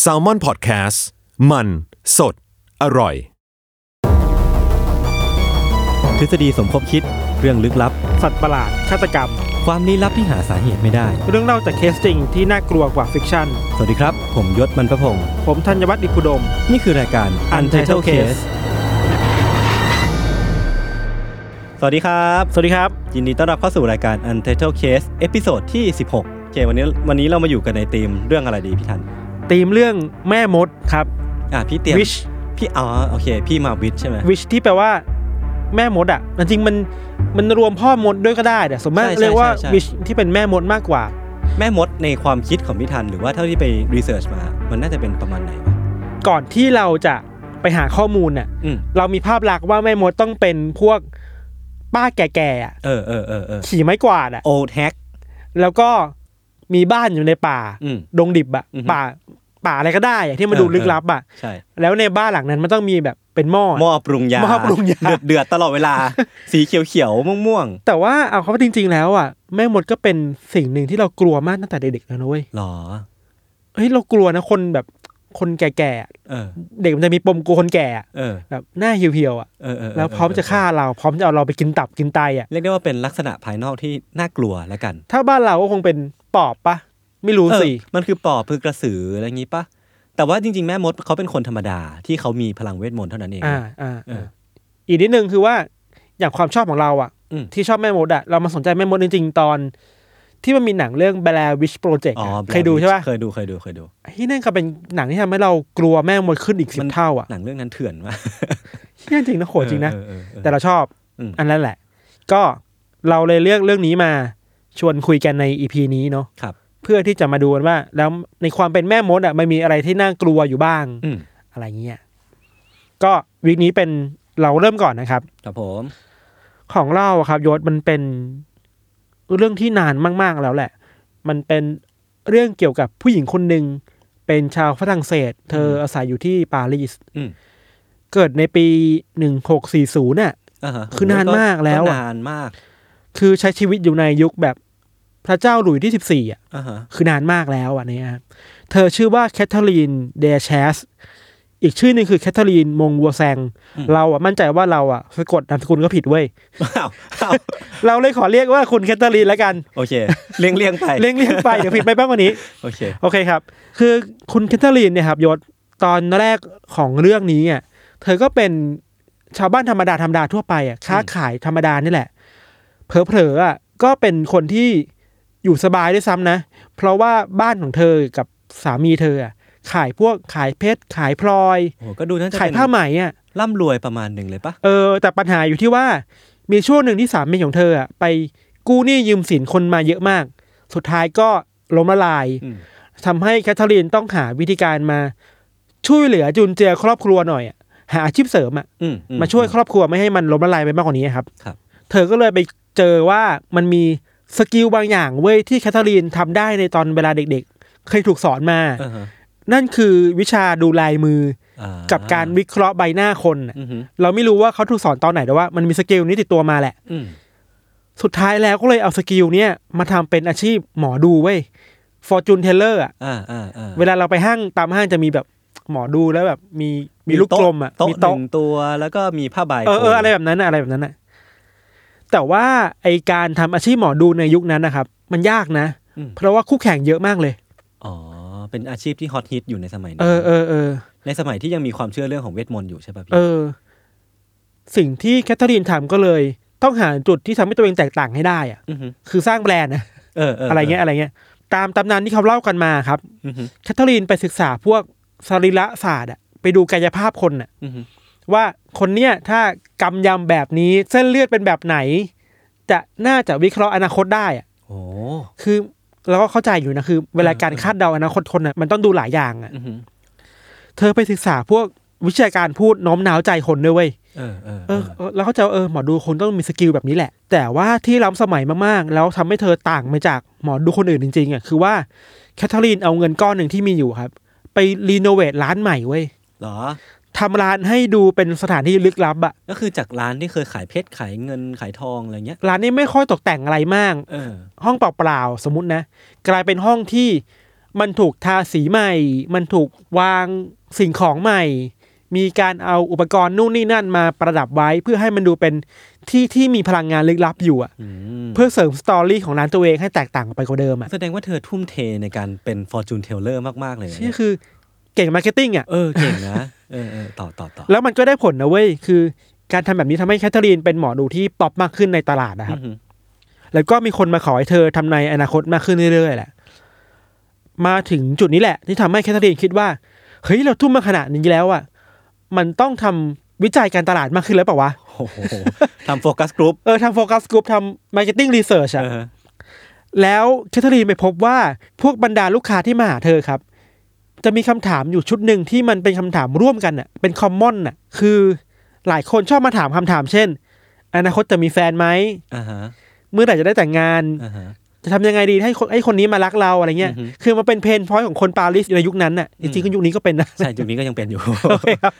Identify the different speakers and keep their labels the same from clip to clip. Speaker 1: แซลมอนพอดแคสต์มันสดอร่อย
Speaker 2: ทฤษฎีสมคบคิดเรื่องลึกลับ
Speaker 3: สัตว์ประหลาดฆาตกรรม
Speaker 2: ความลี้ลับที่หาสาเหตุไม่ได้
Speaker 3: เรื่องเล่าจากเคสจริงที่น่ากลัวกว่าฟิกชั่น
Speaker 2: สวัสดีครับ ผมยศมันประพงศ์
Speaker 3: ผมธัญวัฒน์อิพุดม
Speaker 2: นี่คือรายการ Untitled Case สวัสดีครับ
Speaker 3: สวัสดีครับ
Speaker 2: ยินดีต้อนรับเข้าสู่รายการ Untitled Case เอพิโซดที่ 16โอเควันนี้วันนี้เรามาอยู่กันในธีมเรื่องอะไรดีพี่ทัน
Speaker 3: ตีมเรื่องแม่มดครับ
Speaker 2: อ่ะพี่เตรียม
Speaker 3: Wish
Speaker 2: พี่อ๋อโอเค พี่มาวิชใช่ไหม
Speaker 3: วิชที่แปลว่าแม่มดอ่ะแต่จริงๆมันมันรวมพ่อมดด้วยก็ได้แต่สมมติ
Speaker 2: ใช่ใช่
Speaker 3: เรียกว่า
Speaker 2: ใช่ใช่
Speaker 3: วิชที่เป็นแม่มดมากกว่า
Speaker 2: แม่มดในความคิดของพี่ทันหรือว่าเท่าที่ไปรีเสิร์ชมา มันน่าจะเป็นประมาณไหนวะ
Speaker 3: ก่อนที่เราจะไปหาข้อมูลน่ะ
Speaker 2: อืม
Speaker 3: เรามีภาพลักษณ์ว่าแม่มดต้องเป็นพวกป้าแก่ๆอะ
Speaker 2: เออเออเออเออ
Speaker 3: ขี่ไม้กวาดอ่ะ
Speaker 2: old hack
Speaker 3: แล้วก็มีบ้านอยู่ในป่า
Speaker 2: อืม
Speaker 3: ดงดิบอ่ะ
Speaker 2: อือฮึ
Speaker 3: ป่าป่าอะไรก็ได้อะที่มาดู
Speaker 2: เออ
Speaker 3: ลึกลับอ่ะ
Speaker 2: ใช่
Speaker 3: แล้วในบ้านหลังนั้นมันต้องมีแบบเป็นหม้อ
Speaker 2: หม้อปรุงยา
Speaker 3: หม้อปรุงยา
Speaker 2: เดือดเดือดตลอดเว ลา สีเขียวเขียวม่วงม่วง
Speaker 3: แต่ว่าเอาเขาจริง ๆ แล้วอ่ะแม่มดก็เป็นสิ่งหนึ่งที่เรากลัวมากตั้งแต่เด็กๆแล้วนะเว้ย
Speaker 2: ๆหรอ
Speaker 3: เฮ้ยเรากลัวนะคนแบบคนแก่ๆอะ
Speaker 2: เออ
Speaker 3: เด็กมันจะมีปมกลัวคนแก่อะ
Speaker 2: เออ
Speaker 3: แบบหน้าเหี่ยวๆอ่ะ
Speaker 2: เออเเ
Speaker 3: แล้วพร้อมจะฆ่าเราพร้อมจะเอาเราไปกินตับกินไตอ่ะ
Speaker 2: เรียกได้ว่าเป็นลักษณะภายนอกที่น่ากลัวแล้วกัน
Speaker 3: ถ้าบ้านเราก็คงเป็นปอบปะไม่รู้สิ
Speaker 2: เออมันคือปอบคือกระสืออะไรอย่างงี้ปะแต่ว่าจริง ๆ แม่มดเขาเป็นคนธรรมดาที่เขามีพลังเวทมนต์เท่านั้นเอง
Speaker 3: อ่าอ่า
Speaker 2: เออ
Speaker 3: อีกนิดนึงคือว่าอย่างความชอบของเราอ่ะ
Speaker 2: อืม
Speaker 3: ที่ชอบแม่มดอ่ะเรามาสนใจแม่มดจริงๆตอน ที่มันมีหนังเรื่อง Blair Witch Project
Speaker 2: อ๋อ
Speaker 3: อะ
Speaker 2: Blair
Speaker 3: เคยดูใช่ปะ
Speaker 2: Witch เคยดูเคยดูเคยดู
Speaker 3: ที่นั่นก็เป็นหนังที่ทำให้เรากลัวแม่มดขึ้นอีกสิ
Speaker 2: มั
Speaker 3: บ
Speaker 2: น
Speaker 3: เท่าอ่ะ
Speaker 2: หนังเรื่องนั้นเถื่อนมาก
Speaker 3: เฮี้ยจริงนะโหดจริงนะ
Speaker 2: เออเออเออ
Speaker 3: แต่เราชอบ
Speaker 2: อืม
Speaker 3: อันนั้นแหละ ก็เราเลยเลือกเรื่องนี้มาชวนคุยกันในอีพีนี้เนาะ
Speaker 2: ครับ
Speaker 3: เพื่อที่จะมาดูกันว่า แล้วในความเป็นแม่มดอ่ะมันมีอะไรที่น่ากลัวอยู่บ้าง
Speaker 2: อืม
Speaker 3: อะไรเงี้ยก็วีคนี้เป็นเราเริ่มก่อนนะครับ
Speaker 2: ครับผม
Speaker 3: ของเราอะครับยศมันเป็นเรื่องที่นานมาก ๆแล้วแหละ มันเป็นเรื่องเกี่ยวกับผู้หญิงคนหนึ่งเป็นชาวฝรั่งเศส เธออาศัยอยู่ที่ปารีส
Speaker 2: อืม
Speaker 3: เกิดในปีหนึ่งหกสี่ศูนย์น่ะ
Speaker 2: อ่าฮะ
Speaker 3: คือนานมากแล้วอะ
Speaker 2: นานมาก
Speaker 3: คือใช้ชีวิตอยู่ในยุคแบบพระเจ้าหลุยที่สิบสี่อ่ะ
Speaker 2: อ่าฮะ
Speaker 3: คือนานมากแล้วอ่ะเนี่ยครับเธอชื่อว่าแคทเธอรีนเดชเชสอีกชื่อหนึ่งคือแคทเธอรีนมงวัวแซง เราอ่ะมั่นใจว่าเราอ่ะสะกดนามสกุลก็ผิดเว้ย
Speaker 2: อ้าวอ้าว
Speaker 3: เราเลยขอเรียกว่าคุณแคทเธอรีนแล้วกัน
Speaker 2: โอเคเลี่ยงเลี่ยงไป
Speaker 3: เลี่ยงเลี่ยงไป เดี๋ยวผิดไปบ้างกวันนี้
Speaker 2: โอเค
Speaker 3: โอเคครับ คือคุณแคทเธอรีนเนี่ยครับยศตอนแรกของเรื่องนี้อ่ะเธอก็เป็นชาวบ้านธรรมดาธรรมดาทั่วไปอ่ะค้าขายธรรมดานี่แหละ เผลอๆอ่ะก็เป็นคนที่อยู่สบายด้วยซ้ำนะ เพราะว่าบ้านของเธอกับสามีเธออ่ะขายพวกขายเพชรขายพลอย
Speaker 2: โอ้โหก็ดูน่าจะ
Speaker 3: ขาย
Speaker 2: เป็น
Speaker 3: ผ้าไหมอ่ะ
Speaker 2: ร่ำรวยประมาณหนึ่งเลยปะ
Speaker 3: เออแต่ปัญหาอยู่ที่ว่ามีช่วงหนึ่งที่สามีของเธออ่ะไปกู้หนี้ยืมสินคนมาเยอะมาก สุดท้ายก็ล้มละลาย
Speaker 2: อืม
Speaker 3: ทำให้แคทเธอรีนต้องหาวิธีการมาช่วยเหลือจุนเจือครอบครัวหน่อยอะหาอาชีพเสริมอะ
Speaker 2: อือื
Speaker 3: มาช่วยครอบครัวไม่ให้มันล้มละลายไปมากกว่านี้ครับ
Speaker 2: ครับ
Speaker 3: เธอก็เลยไปเจอว่ามันมีสกิลบางอย่างเว้ยที่แคทเธอรีนทำได้ในตอนเวลาเด็กๆ เคยถูกสอนมา
Speaker 2: อ่าฮะ
Speaker 3: นั่นคือวิชาดูลายมือ
Speaker 2: อ่า
Speaker 3: กับการวิเคราะห์ใบหน้าคนอะ
Speaker 2: อือฮึ
Speaker 3: เราไม่รู้ว่าเขาถูกสอนตอนไหนแต่ว่ามันมีสกิลนี้ติดตัวมาแหละ
Speaker 2: อืม
Speaker 3: สุดท้ายแล้วก็เลยเอาสกิลเนี้ยมาทำเป็นอาชีพหมอดูเว้ยฟอร์จูนเทเลอร์อะ
Speaker 2: อ่าอ่าอ่า
Speaker 3: เวลาเราไปห้างตามห้างจะมีแบบหมอดูแล้วแบบมีมีลูกกลมอ่ะ
Speaker 2: โต๊ะ
Speaker 3: มี
Speaker 2: โต๊ะ
Speaker 3: โต๊ะ
Speaker 2: หนึ่งตัวแล้วก็มีผ้าใบ
Speaker 3: เออเออ
Speaker 2: โพ
Speaker 3: อะไรแบบนั้นน่ะอะไรแบบนั้นน่ะแต่ว่าไอการทำอาชีพหมอดูในยุคนั้นนะครับ มันยากนะ เพราะว่าคู่แข่งเยอะมากเลย
Speaker 2: อ๋อ เป็นอาชีพที่ฮอตฮิตอยู่ในสมัยนั้
Speaker 3: เอนอเออเออ
Speaker 2: ในสมัยที่ยังมีความเชื่อเรื่องของเวทมนต์อยู่ใช่ป่ะพี่
Speaker 3: เออ สิ่งที่แคทเธอรีนทำก็เลย ต้องหาจุดที่ทำให้ตัวเองแตกต่างให้ได้อะ
Speaker 2: อหือ
Speaker 3: คือสร้างแบรนด์นะ
Speaker 2: เออเออ
Speaker 3: อะไรเงี้ยอะไรเงี้ย ตามตำนานที่เขาเล่ากันมาครับ
Speaker 2: อือหือ
Speaker 3: แคทเธอรีนไปศึกษาพวกสรีระศาสตร์อะไปดูกายภาพคนอะ
Speaker 2: อือหือ
Speaker 3: ว่าคนเนี้ยถ้ากำยำแบบนี้เส้นเลือดเป็นแบบไหน จะน่าจะวิเคราะห์อนาคตได้อะ
Speaker 2: โอ้
Speaker 3: คือเราก็เข้าใจอยู่นะคือ เวลาการคาดเดาอนาคตคนอะมันต้องดูหลายอย่างอะ
Speaker 2: อือหือ
Speaker 3: เธอไปศึกษาพวกวิชาการพูดโน้มน้าวใจคนด้วยเว้ย
Speaker 2: เออเออ
Speaker 3: เออเออแล้วเข้าใจว่าเออหมอดูคนต้องมีสกิลแบบนี้แหละ แต่ว่าที่ล้ำสมัยมากๆ แล้วทำให้เธอต่างไปจากหมอดูคนอื่นจริงๆอ่ะคือว่าแคทเธอรีนเอาเงินก้อนหนึ่งที่มีอยู่ครับ ไปรีโนเวทร้านใหม่เว้ย
Speaker 2: เหรอ
Speaker 3: ทำร้านให้ดูเป็นสถานที่ลึกลับอะ
Speaker 2: ก็คือจากร้านที่เคยขายเพชรขายเงินขายทองอะไรเงี้ย
Speaker 3: ร้านนี้ไม่ค่อยตกแต่งอะไรมาก
Speaker 2: เออ
Speaker 3: ห้องเปล่าๆสมมตินะ กลายเป็นห้องที่มันถูกทาสีใหม่ มันถูกวางสิ่งของใหม่ มีการเอาอุปกรณ์นู่นนี่นั่นมาประดับไว้ เพื่อให้มันดูเป็นที่ที่มีพลังงานลึกลับอยู่อะ
Speaker 2: อืม
Speaker 3: เพื่อเสริมสตอรี่ของร้านตัวเองให้แตกต่างไปกว่าเดิมอ่ะ
Speaker 2: แสดงว่าเธอทุ่มเทในการเป็นฟอร์จูนเทเลอร์มาก ๆ เลยนะ
Speaker 3: นี่
Speaker 2: เนี่ย
Speaker 3: คือเก่งมาร์เก็ตติ้งอ่ะ
Speaker 2: เออ เก่งนะ เออเออต่อต่อต่อ
Speaker 3: แล้วมันก็ได้ผลนะเว้ย คือการทำแบบนี้ทำให้แคทเธอรีนเป็นหมอดูที่ป๊อปมากขึ้นในตลาดนะครับ
Speaker 2: อือหือ
Speaker 3: แล้วก็มีคนมาขอให้เธอทำในายอนาคตมากขึ้นเรื่อยๆแหละ มาถึงจุดนี้แหละ ที่ทำให้แคทเธอรีนคิดว่า เฮ้ย เราทุ่มมาขนาดนี้แล้วอ่ะ มันต้องทำวิจัยการตลาดมากขึ้นแล้วเปล่าวะ
Speaker 2: โอ้โหทำโฟกัสกรุ๊ป
Speaker 3: เออทำโฟกัสกลุ่มทำมาร์เก็ตติ้งรีเสิร์ชอ่ะ
Speaker 2: เออ
Speaker 3: แล้วแคทเธอรีนไปพบว่าพวกบรรดาลูกค้าที่มาหาเธอครับ จะมีคำถามอยู่ชุดหนึ่งที่มันเป็นคำถามร่วมกันน่ะ เป็นคอมมอนน่ะ คือหลายคนชอบมาถามคำถามเช่น อนาคตจะมีแฟนไหม
Speaker 2: อ่าฮะ
Speaker 3: เมื่อไหร่จะได้แต่งงาน
Speaker 2: อ่าฮะ
Speaker 3: จะทำยังไงดีให้คนให้คนนี้มารักเราอะไรเงี้ย
Speaker 2: อือฮึ
Speaker 3: คือมันเป็นเพนพอยต์ของคนปารีสในยุคนั้นน่ะ จ
Speaker 2: อืม
Speaker 3: ริงๆก็ยุคนี้ก็เป็นนะ
Speaker 2: ใช่จุดนี้ก็ยังเป็นอยู่
Speaker 3: โอเคครับ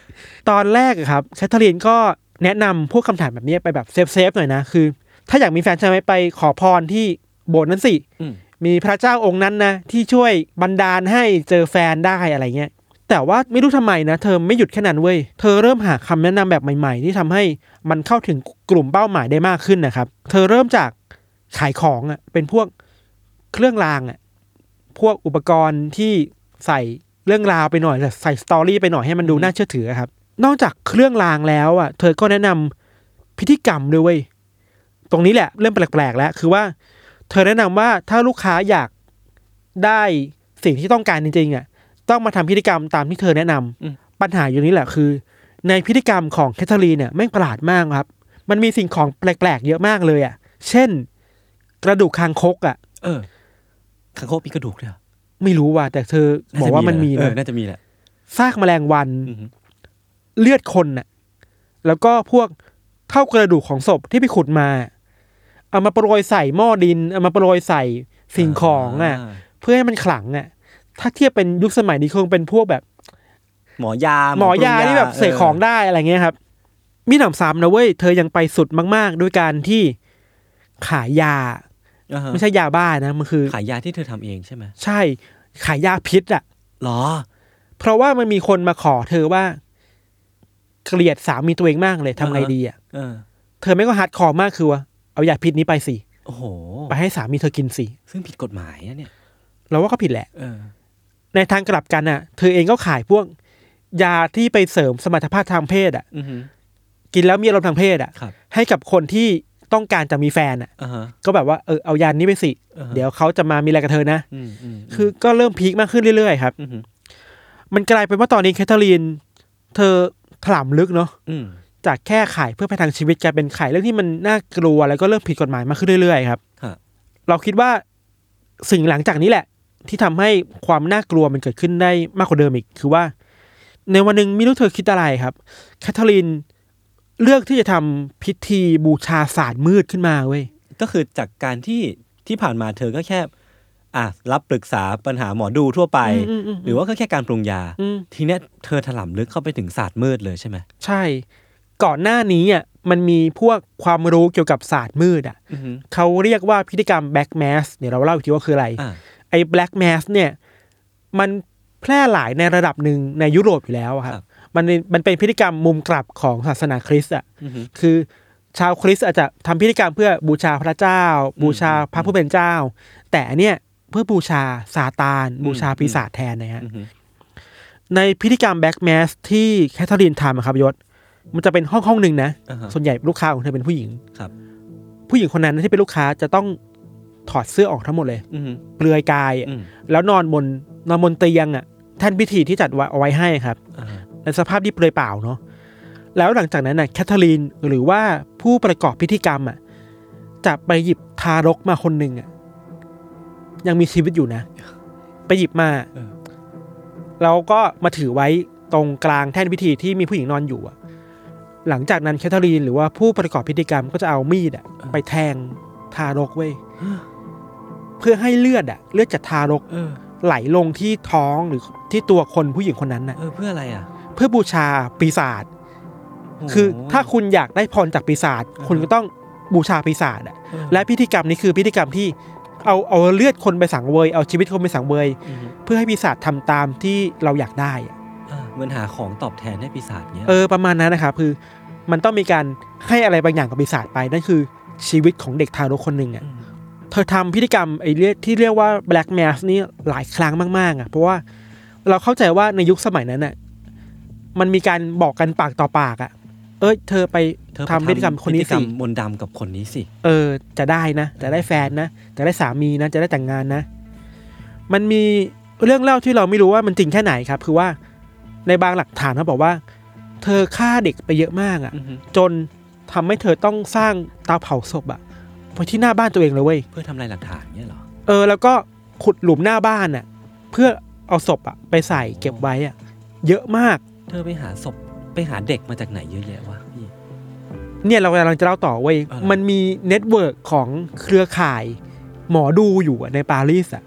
Speaker 3: ตอนแรกอะครับแคทเธอรีนก็แนะนำพวกคำถามแบบนี้ไปแบบเซฟๆหน่อยนะ คือ ถ้าอยากมีแฟนใช่ไหมไปขอพรที่โบสถ์นั้นสิ
Speaker 2: อืม
Speaker 3: มีพระเจ้าองค์นั้นนะ ที่ช่วยบันดาลให้เจอแฟนได้อะไรเงี้ย แต่ว่าไม่รู้ทำไมนะ เธอไม่หยุดแค่นั้นเว้ย เธอเริ่มหาคำแนะนำแบบใหม่ ๆ ที่ทำให้มันเข้าถึงกลุ่มเป้าหมายได้มากขึ้นนะครับ เธอเริ่มจากขายของอะ่ะเป็นพวกเครื่องรางอะ่ะพวกอุปกรณ์ที่ใส่เรื่องราวไปหน่อยใส่สตอรี่ไปหน่อยให้มันดู
Speaker 2: อืม
Speaker 3: น่าเชื่อถืออะครับ นอกจากเครื่องรางแล้วอะ่ะ เธอก็แนะนำพิธีกรรมด้วยเว้ยตรงนี้แหละเริ่มแปลกๆแล้วคือว่า เธอแนะนำว่าถ้าลูกค้าอยากได้สิ่งที่ต้องการจริงๆอ่ะต้องมาทำพิธีกรรมตามที่เธอแนะนำ
Speaker 2: อืม
Speaker 3: ปัญหาอยู่นี้แหละคือ ในพิธีกรรมของแคทเธอรีนเนี่ยแม่งประหลาดมากครับ มันมีสิ่งของแปลกๆเยอะมากเลยอ่ะ เช่น กระดูกคางคกอ่ะ
Speaker 2: เออคังคกมีกระดูกด้วยเหรอ
Speaker 3: ไม่รู้ว่าแต่เธอบอกว่ามันมี
Speaker 2: เอ
Speaker 3: นะ
Speaker 2: อน่าจะมีแหละ
Speaker 3: ซากแมลงวัน
Speaker 2: อือหือ
Speaker 3: เลือดคนน่ะแล้วก็พวกเท่ากระดูกของศพที่ไปขุดมา เอามาโปรยใส่หม้อดินเอามาโปรยใส่สิ่งของอ่ะ
Speaker 2: า
Speaker 3: เพื่อให้มันขลังอะ่ะ ถ้าเทียบเป็นยุคสมัยนี้คงเป็นพวกแบบ
Speaker 2: หมอยา
Speaker 3: หมอยาที่แบบเสกของได้อะไรเงี้ยครับ มีหนำซ้ำนะเว้ย เธอยังไปสุดมากๆ ด้วยการที่ขายยา ไม่
Speaker 2: ไม่ใช่
Speaker 3: ใช่ยาบ้านะมันคือ
Speaker 2: ขายยาที่เธอทำเองใช่ไหม
Speaker 3: ใช่ขายยาพิษอะ่ะ
Speaker 2: หรอ
Speaker 3: เพราะว่ามันมีคนมาขอเธอว่า เกลียดสามีตัวเองมากเลยทำไง
Speaker 2: อ่าฮะ
Speaker 3: ดีอะ่ะ
Speaker 2: เออ
Speaker 3: เธอไม่ก็ฮาร์ดคอร์มากคือว่าเอายาพิษนี้ไปสิ
Speaker 2: โอ้โห
Speaker 3: ไปให้สามีเธอกินสิ
Speaker 2: ซึ่งผิดกฎหมายนะเนี่ย
Speaker 3: เราว่าก็ผิดแหละ
Speaker 2: เออ
Speaker 3: ในทางกลับกันอ่ะ เธอเองก็ขายพวก ยาที่ไปเสริมสมรรถภาพทางเพศอ่ะ
Speaker 2: อือหือ
Speaker 3: กินแล้วมีอารมณ์ทางเพศอ่ะ
Speaker 2: ครับ
Speaker 3: ให้กับคนที่ต้องการจะมีแฟนอ่ะ
Speaker 2: อ่าฮะ
Speaker 3: ก็แบบว่าเออเอายานนี้ไปสิ
Speaker 2: อ่าฮะ
Speaker 3: เดี๋ยวเขาจะมามีอะไรกับเธอนะ
Speaker 2: อืมอืมม
Speaker 3: คือก็เริ่มพีคมากขึ้นเรื่อยๆครับ
Speaker 2: อือหือ
Speaker 3: มันกลายเป็นว่าตอนนี้แคทเธอรีน เธอถลำลึกเนาะ
Speaker 2: อืม
Speaker 3: จากแค่ขายเพื่อประทังชีวิตกลายเป็นขายเรื่องที่มันน่ากลัวแล้วก็เริ่มผิดกฎหมายมากขึ้นเรื่อยๆครับ
Speaker 2: ค่ะ
Speaker 3: เราคิดว่าสิ่งหลังจากนี้แหละ ที่ทำให้ความน่ากลัวมันเกิดขึ้นได้มากกว่าเดิมอีก คือว่า ในวันหนึ่งไม่รู้เธอคิดอะไรครับแคทเธอรีนเลือกที่จะทำพิธีบูชาศาสตร์มืดขึ้นมาเว้ย
Speaker 2: ก็คือจากการที่ที่ผ่านมาเธอก็แค่ อ่ะรับปรึกษาปัญหาหมอดูทั่วไป
Speaker 3: อืมอืมอืม
Speaker 2: หรือว่าก็แค่การปรุงยา
Speaker 3: อืม
Speaker 2: ทีเนี้ยเธอถลำลึกเข้าไปถึงศาสตร์มืดเลยใช่ไหม
Speaker 3: ใช่ ก่อนหน้านี้อ่ะมันมีพวกความรู้เกี่ยวกับศาสตร์มืดอ่ะ
Speaker 2: อือหือ
Speaker 3: เขาเรียกว่าพิธีกรรมแบล็กแมสเดี๋ยวเราเล่าอีกทีว่าคืออะไร
Speaker 2: อ่า
Speaker 3: ไอ้แบล็กแมสเนี่ยมันแพร่หลายในระดับหนึ่งในยุโรปอยู่แล้วอะครับมันเป็นมันเป็นพิธีกรรมมุมกลับของศาสนาคริสต์อ่ะ
Speaker 2: อือหือ
Speaker 3: คือชาวคริสต์อาจจะทำพิธีกรรมเพื่อบูชาพระเจ้า บูชาพระผู้เป็นเจ้า แต่อันเนี่ย เพื่อบูชาซาตาน บูชาปีศาจแทนนะฮะ ในพิธีกรรมแบ็กแมสที่แคทเธอรีนทำอะครับยศ มันจะเป็นห้องห้องหนึ่งนะ
Speaker 2: อ่าฮะ
Speaker 3: ส่วนใหญ่ลูกค้าของเธอเป็นผู้หญิง
Speaker 2: ครับ
Speaker 3: ผู้หญิงคนนั้นที่เป็นลูกค้าจะต้องถอดเสื้อออกทั้งหมดเลย
Speaker 2: อืม
Speaker 3: เปลือยกายอะ
Speaker 2: อืม
Speaker 3: แล้วนอนบนนอนบนเตียงอ่ะแท่นพิธีที่จัดไว้เอาไว้ให้ครับ
Speaker 2: อ่าฮะ
Speaker 3: ในสภาพที่เปลือยเปล่าเนาะแล้วหลังจากนั้นน่ะแคทเธอรีนหรือว่าผู้ประกอบพิธีกรรมอ่ะจะไปหยิบทารกมาคนหนึ่งอ่ะยังมีชีวิตอยู่นะ ไปหยิบมาแล้วก็มาถือไว้ตรงกลางแท่นพิธีที่มีผู้หญิงนอนอยู่อ่ะ หลังจากนั้นแคทเธอรีนหรือว่าผู้ประกอบพิธีกรรมก็จะเอามีดอ่ะไปแทงทารกเว้ยเพื่อให้เลือดอ่ะ เลือดจากทารก
Speaker 2: เออ
Speaker 3: ไหลลงที่ท้องหรือที่ตัวคนผู้หญิงคนนั้นน่ะ
Speaker 2: เออเพื่ออะไรอ่ะ
Speaker 3: เพื่อบูชาปีศาจ
Speaker 2: โโห
Speaker 3: คือถ้าคุณอยากได้พรจากปีศาจ
Speaker 2: อ่าฮะ
Speaker 3: คุณก็ต้องบูชาปีศาจอะ
Speaker 2: เออ
Speaker 3: และพิธีกรรมนี้คือพิธีกรรมที่เอาเอาเลือดคนไปสังเวย เอาชีวิตคนไปสังเวย
Speaker 2: อืม
Speaker 3: เพื่อให้ปีศาจทำตามที่เราอยากได้อะ
Speaker 2: อ่าเหมือนหาของตอบแทนให้ปีศาจเนี้ย
Speaker 3: เออประมาณนั้นนะครับคือมันต้องมีการให้อะไรบางอย่างกับปีศาจไปนั่นคือชีวิตของเด็กทารกคนหนึ่งอะ
Speaker 2: ม
Speaker 3: เธอทำพิธีกรรมไอ้เรียกที่เรียกว่า black mass นี่หลายครั้งมาก ๆ อ่ะ เพราะว่าเราเข้าใจว่าในยุคสมัยนั้นน่ะมันมีการบอกกันปากต่อปากอ่ะ เอ้ย เธอไป
Speaker 2: เธอไป
Speaker 3: ทำพิธีกรรมคนนี้
Speaker 2: พิธีกร
Speaker 3: สิ
Speaker 2: รมมนต์ดำกับคนนี้สิ
Speaker 3: เออ จะได้นะ จะได้แฟนนะ จะได้สามีนะ จะได้แต่งงานนะ มันมีเรื่องเล่าที่เราไม่รู้ว่ามันจริงแค่ไหนครับ คือว่าในบางหลักฐานเขาบอกว่า เธอฆ่าเด็กไปเยอะมากอ่ะ
Speaker 2: อือฮึ
Speaker 3: จนทำให้เธอต้องสร้างเตาเผาศพอ่ะไว้ที่หน้าบ้านตัวเองเลยเว้ย
Speaker 2: เพื่อทำลายหลักฐานเนี้ยเหรอ
Speaker 3: เออแล้วก็ขุดหลุมหน้าบ้านน่ะ เพื่อเอาศพอะไปใส่เก็บไว้อะเยอะมาก
Speaker 2: เธอไปหาศพไปหาเด็กมาจากไหนเยอะแยะวะพี่
Speaker 3: เนี่ยเรากำลังจะเล่าต่อเว้ย
Speaker 2: อะไร
Speaker 3: มันมีเน็ตเวิร์กของเครือข่ายหมอดูอยู่อะในปารีสอะ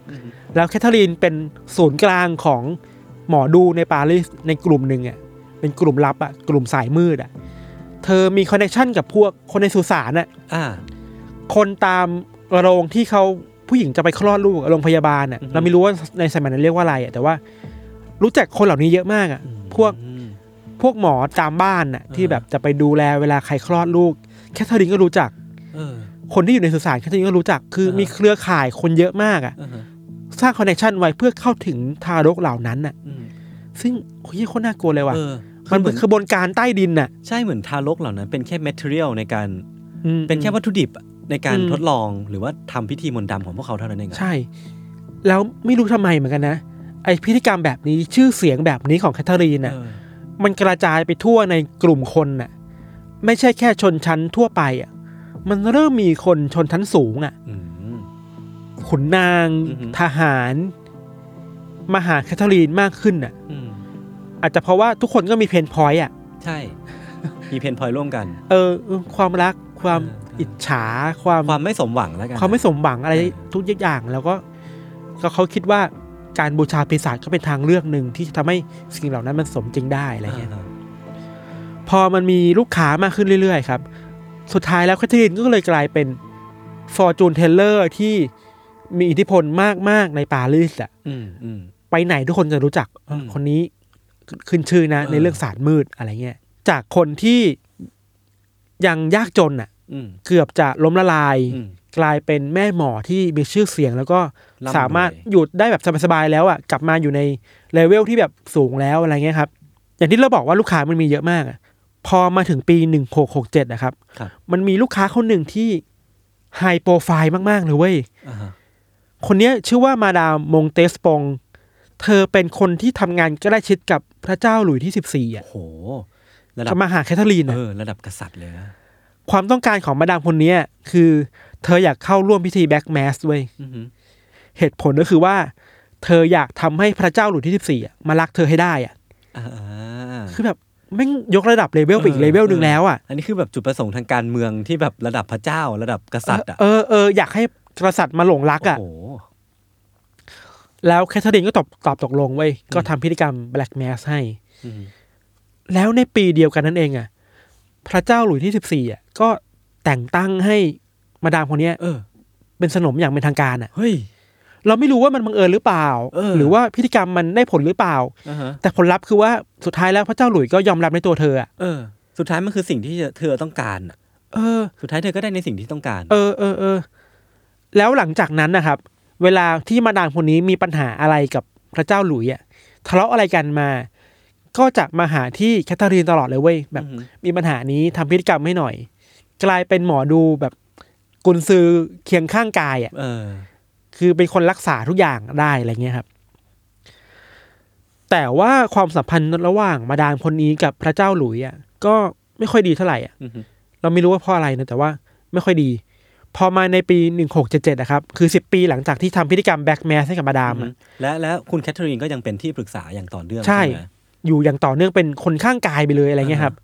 Speaker 3: แล้วแคทเธอรีนเป็นศูนย์กลางของหมอดูในปารีสในกลุ่มหนึ่งอะเป็นกลุ่มลับอะกลุ่มสายมืดอะเธอมีคอนเนคชั่นกับพวกคนในสุสานอะ
Speaker 2: อ่า
Speaker 3: คนตามโรงที่เขาผู้หญิงจะไปคลอดลูกอะโรงพยาบาลอะ
Speaker 2: อือฮึ
Speaker 3: เราไม่รู้ว่าในสมัยนั้นเรียกว่าอะไรอะแต่ว่า รู้จักคนเหล่านี้เยอะมากอะพวก
Speaker 2: อืม
Speaker 3: พวกหมอตามบ้านน่ะที่
Speaker 2: อ่า
Speaker 3: แบบจะไปดูแลเวลาใครคลอดลูก แคทเธอรีนก็รู้จัก
Speaker 2: เออ
Speaker 3: คนที่อยู่ในสุสานแคทเธอรีนก็รู้จักคือ
Speaker 2: อ่ามี
Speaker 3: มีเครือข่ายคนเยอะมากอ่ะ
Speaker 2: เออฮะ
Speaker 3: สร้างคอนเนคชันไว้เพื่อเข้าถึงทารกเหล่านั้นน่ะ
Speaker 2: อืม
Speaker 3: ซึ่งโอ้ยโคนน่ากลัวเลยว่ะ
Speaker 2: เออ
Speaker 3: มัน
Speaker 2: เห
Speaker 3: เป็
Speaker 2: มือน น
Speaker 3: ขบวนการใต้ดินน่ะ
Speaker 2: ใช่เหมือนทารกเหล่านั้นเป็นแค่แมทเทอเรียลในการ
Speaker 3: อืม
Speaker 2: เป็นแค่วัตถุดิบอะในการ
Speaker 3: อืม
Speaker 2: ทดลองหรือว่าทำพิธีมนต์ดำของพวกเขาเท่านั้นเองอะ
Speaker 3: ใช่ แล้วไม่รู้ทำไมเหมือนกันนะไอพิธีกรรมแบบนี้ชื่อเสียงแบบนี้ของแคทเธอรีนน่ะ
Speaker 2: เออ
Speaker 3: มันกระจายไปทั่วในกลุ่มคนน่ะ ไม่ใช่แค่ชนชั้นทั่วไปอ่ะมันเริ่มมีคนชนชั้นสูงอ่ะ
Speaker 2: อืม
Speaker 3: ขุนนาง
Speaker 2: อือฮึ
Speaker 3: ทหารมาหาแคทเธอรีนมากขึ้นน่ะ
Speaker 2: อืม
Speaker 3: อาจจะเพราะว่าทุกคนก็มีเพนพอยต์อ่ะ
Speaker 2: ใช่ มีเพนพอยร่วมกัน
Speaker 3: เออเออ ความรักความ
Speaker 2: เออเอออิ
Speaker 3: อิจฉา ความ
Speaker 2: ความไม่สมหวังแล้วกัน
Speaker 3: ความไม่สมหวังอะไร
Speaker 2: เออ
Speaker 3: ทุกอย่างแล้วก็ก็เขาคิดว่าการบูชาปีศาจก็เป็นทางเลือกหนึ่งที่จะทำให้สิ่งเหล่านั้นมันสมจริงได้อะไรเงี้ย
Speaker 2: อ่า
Speaker 3: พอมันมีลูกค้ามากขึ้นเรื่อยๆครับ สุดท้ายแล้วแคทเธอรีนก็เลยกลายเป็นฟอร์จูนเทเลอร์ที่มีอิทธิพลมากๆในปารีสอ่ะ
Speaker 2: อืมอืม
Speaker 3: ไปไหนทุกคนจะรู้จัก
Speaker 2: อืม
Speaker 3: คนนี้ขึ้นชื่อนะ
Speaker 2: เออ
Speaker 3: ในเรื่องศาสตร์มืดอะไรเงี้ยจากคนที่ยังยากจนน่ะ
Speaker 2: อืม
Speaker 3: เกือบจะล้มละลาย
Speaker 2: อืม
Speaker 3: กลายเป็นแม่หมอที่มีชื่อเสียง แล้วก็
Speaker 2: ร่ำรวย
Speaker 3: สามารถหยุดได้แบบสบายๆแล้วอ่ะกลับมาอยู่ในเลเวลที่แบบสูงแล้วอะไรเงี้ยครับ อย่างที่เราบอกว่าลูกค้ามันมีเยอะมากอะพอมาถึงปีหนึ่งหกหกเจ็ดนะครับ
Speaker 2: ครับ
Speaker 3: มันมีลูกค้าคนหนึ่งที่ไฮโปรไฟล์มาก ๆ เลยเว้ย
Speaker 2: อ่าฮะ
Speaker 3: คนเนี้ยชื่อว่ามาดามมงเตสปอง เธอเป็นคนที่ทำงานใกล้ชิดกับพระเจ้าหลุยที่สิบสี่อ่ะ
Speaker 2: โห ระดับ
Speaker 3: จะมาหาแคทเธอรีน
Speaker 2: เออ
Speaker 3: อะ
Speaker 2: ระดับกษัตริย์เลยนะ
Speaker 3: ความต้องการของมาดามคนเนี้ยคือเธออยากเข้าร่วมพิธีแบ็กแมสเว้ย
Speaker 2: อือหือ
Speaker 3: เหตุผลก็คือว่า เธออยากทำให้พระเจ้าหลุยที่สิบสี่อะมารักเธอให้ได้อ่ะ
Speaker 2: อ่าอ่า
Speaker 3: คือแบบแม่งยกระดับเลเวลไปอีกเลเวลหนึ่งแล้วอ่ะ
Speaker 2: อันนี้คือแบบจุดประสงค์ทางการเมืองที่แบบระดับพระเจ้าระดับกษัตริย์อ่ะ
Speaker 3: เออเอออยากให้กษัตริย์มาหลงรักอ่ะ
Speaker 2: โอ้โห
Speaker 3: แล้วแคทเธอรีนก็ตอบตอบตกลงเว้ยก็ทำพิธีกรรมแบล็กแมสให้
Speaker 2: อืม
Speaker 3: แล้วในปีเดียวกันนั่นเองอ่ะพระเจ้าหลุยที่สิบสี่อ่ะก็แต่งตั้งให้มาดามคนเนี้ย
Speaker 2: เออ
Speaker 3: เป็นสนมอย่างเป็นทางการอ่ะ
Speaker 2: เฮ้ย
Speaker 3: เราไม่รู้ว่ามันบังเอิญหรือเปล่า
Speaker 2: เออ
Speaker 3: หรือว่าพิธีกรรมมันได้ผลหรือเปล่า
Speaker 2: อ่าฮะ
Speaker 3: แต่ผลลัพธ์คือว่าสุดท้ายแล้วพระเจ้าหลุยก็ยอมรับในตัวเธออ่ะ
Speaker 2: เออ สุดท้ายมันคือสิ่งที่เธอต้องการอะ
Speaker 3: เออ
Speaker 2: สุดท้ายเธอก็ได้ในสิ่งที่ต้องการ
Speaker 3: เออเออเออแล้วหลังจากนั้นนะครับ เวลาที่มาดามคนนี้มีปัญหาอะไรกับพระเจ้าหลุยอะทะเลาะอะไรกันมา ก็จะมาหาที่แคทเธอรีนตลอดเลยเว้ยแบบ
Speaker 2: อือหือ
Speaker 3: มีปัญหานี้ทำพิธีกรรมให้หน่อย กลายเป็นหมอดูแบบกุนซือเคียงข้างกายอ่ะ
Speaker 2: เออ
Speaker 3: คือเป็นคนรักษาทุกอย่างได้อะไรเงี้ยครับ แต่ว่าความสัมพันธ์ระหว่างมาดามคนนี้กับพระเจ้าหลุยอ่ะ ก็ไม่ค่อยดีเท่าไหร่อ่ะ
Speaker 2: อือฮึ
Speaker 3: เราไม่รู้ว่าเพราะอะไรนะแต่ว่าไม่ค่อยดี พอมาในปีหนึ่งหกเจ็ดเจ็ดนะครับ คือสิบปีหลังจากที่ทำพิธีกรรมแบ็กแมสให้กับมาดามอะ
Speaker 2: และและคุณแคทเธอรีนก็ยังเป็นที่ปรึกษาอย่างต่อเนื่อง
Speaker 3: ใช่
Speaker 2: ไหม
Speaker 3: อยู่อย่างต่อเนื่องเป็นคนข้างกายไปเลยอะไรเงี้ย
Speaker 2: อ่า
Speaker 3: ครับ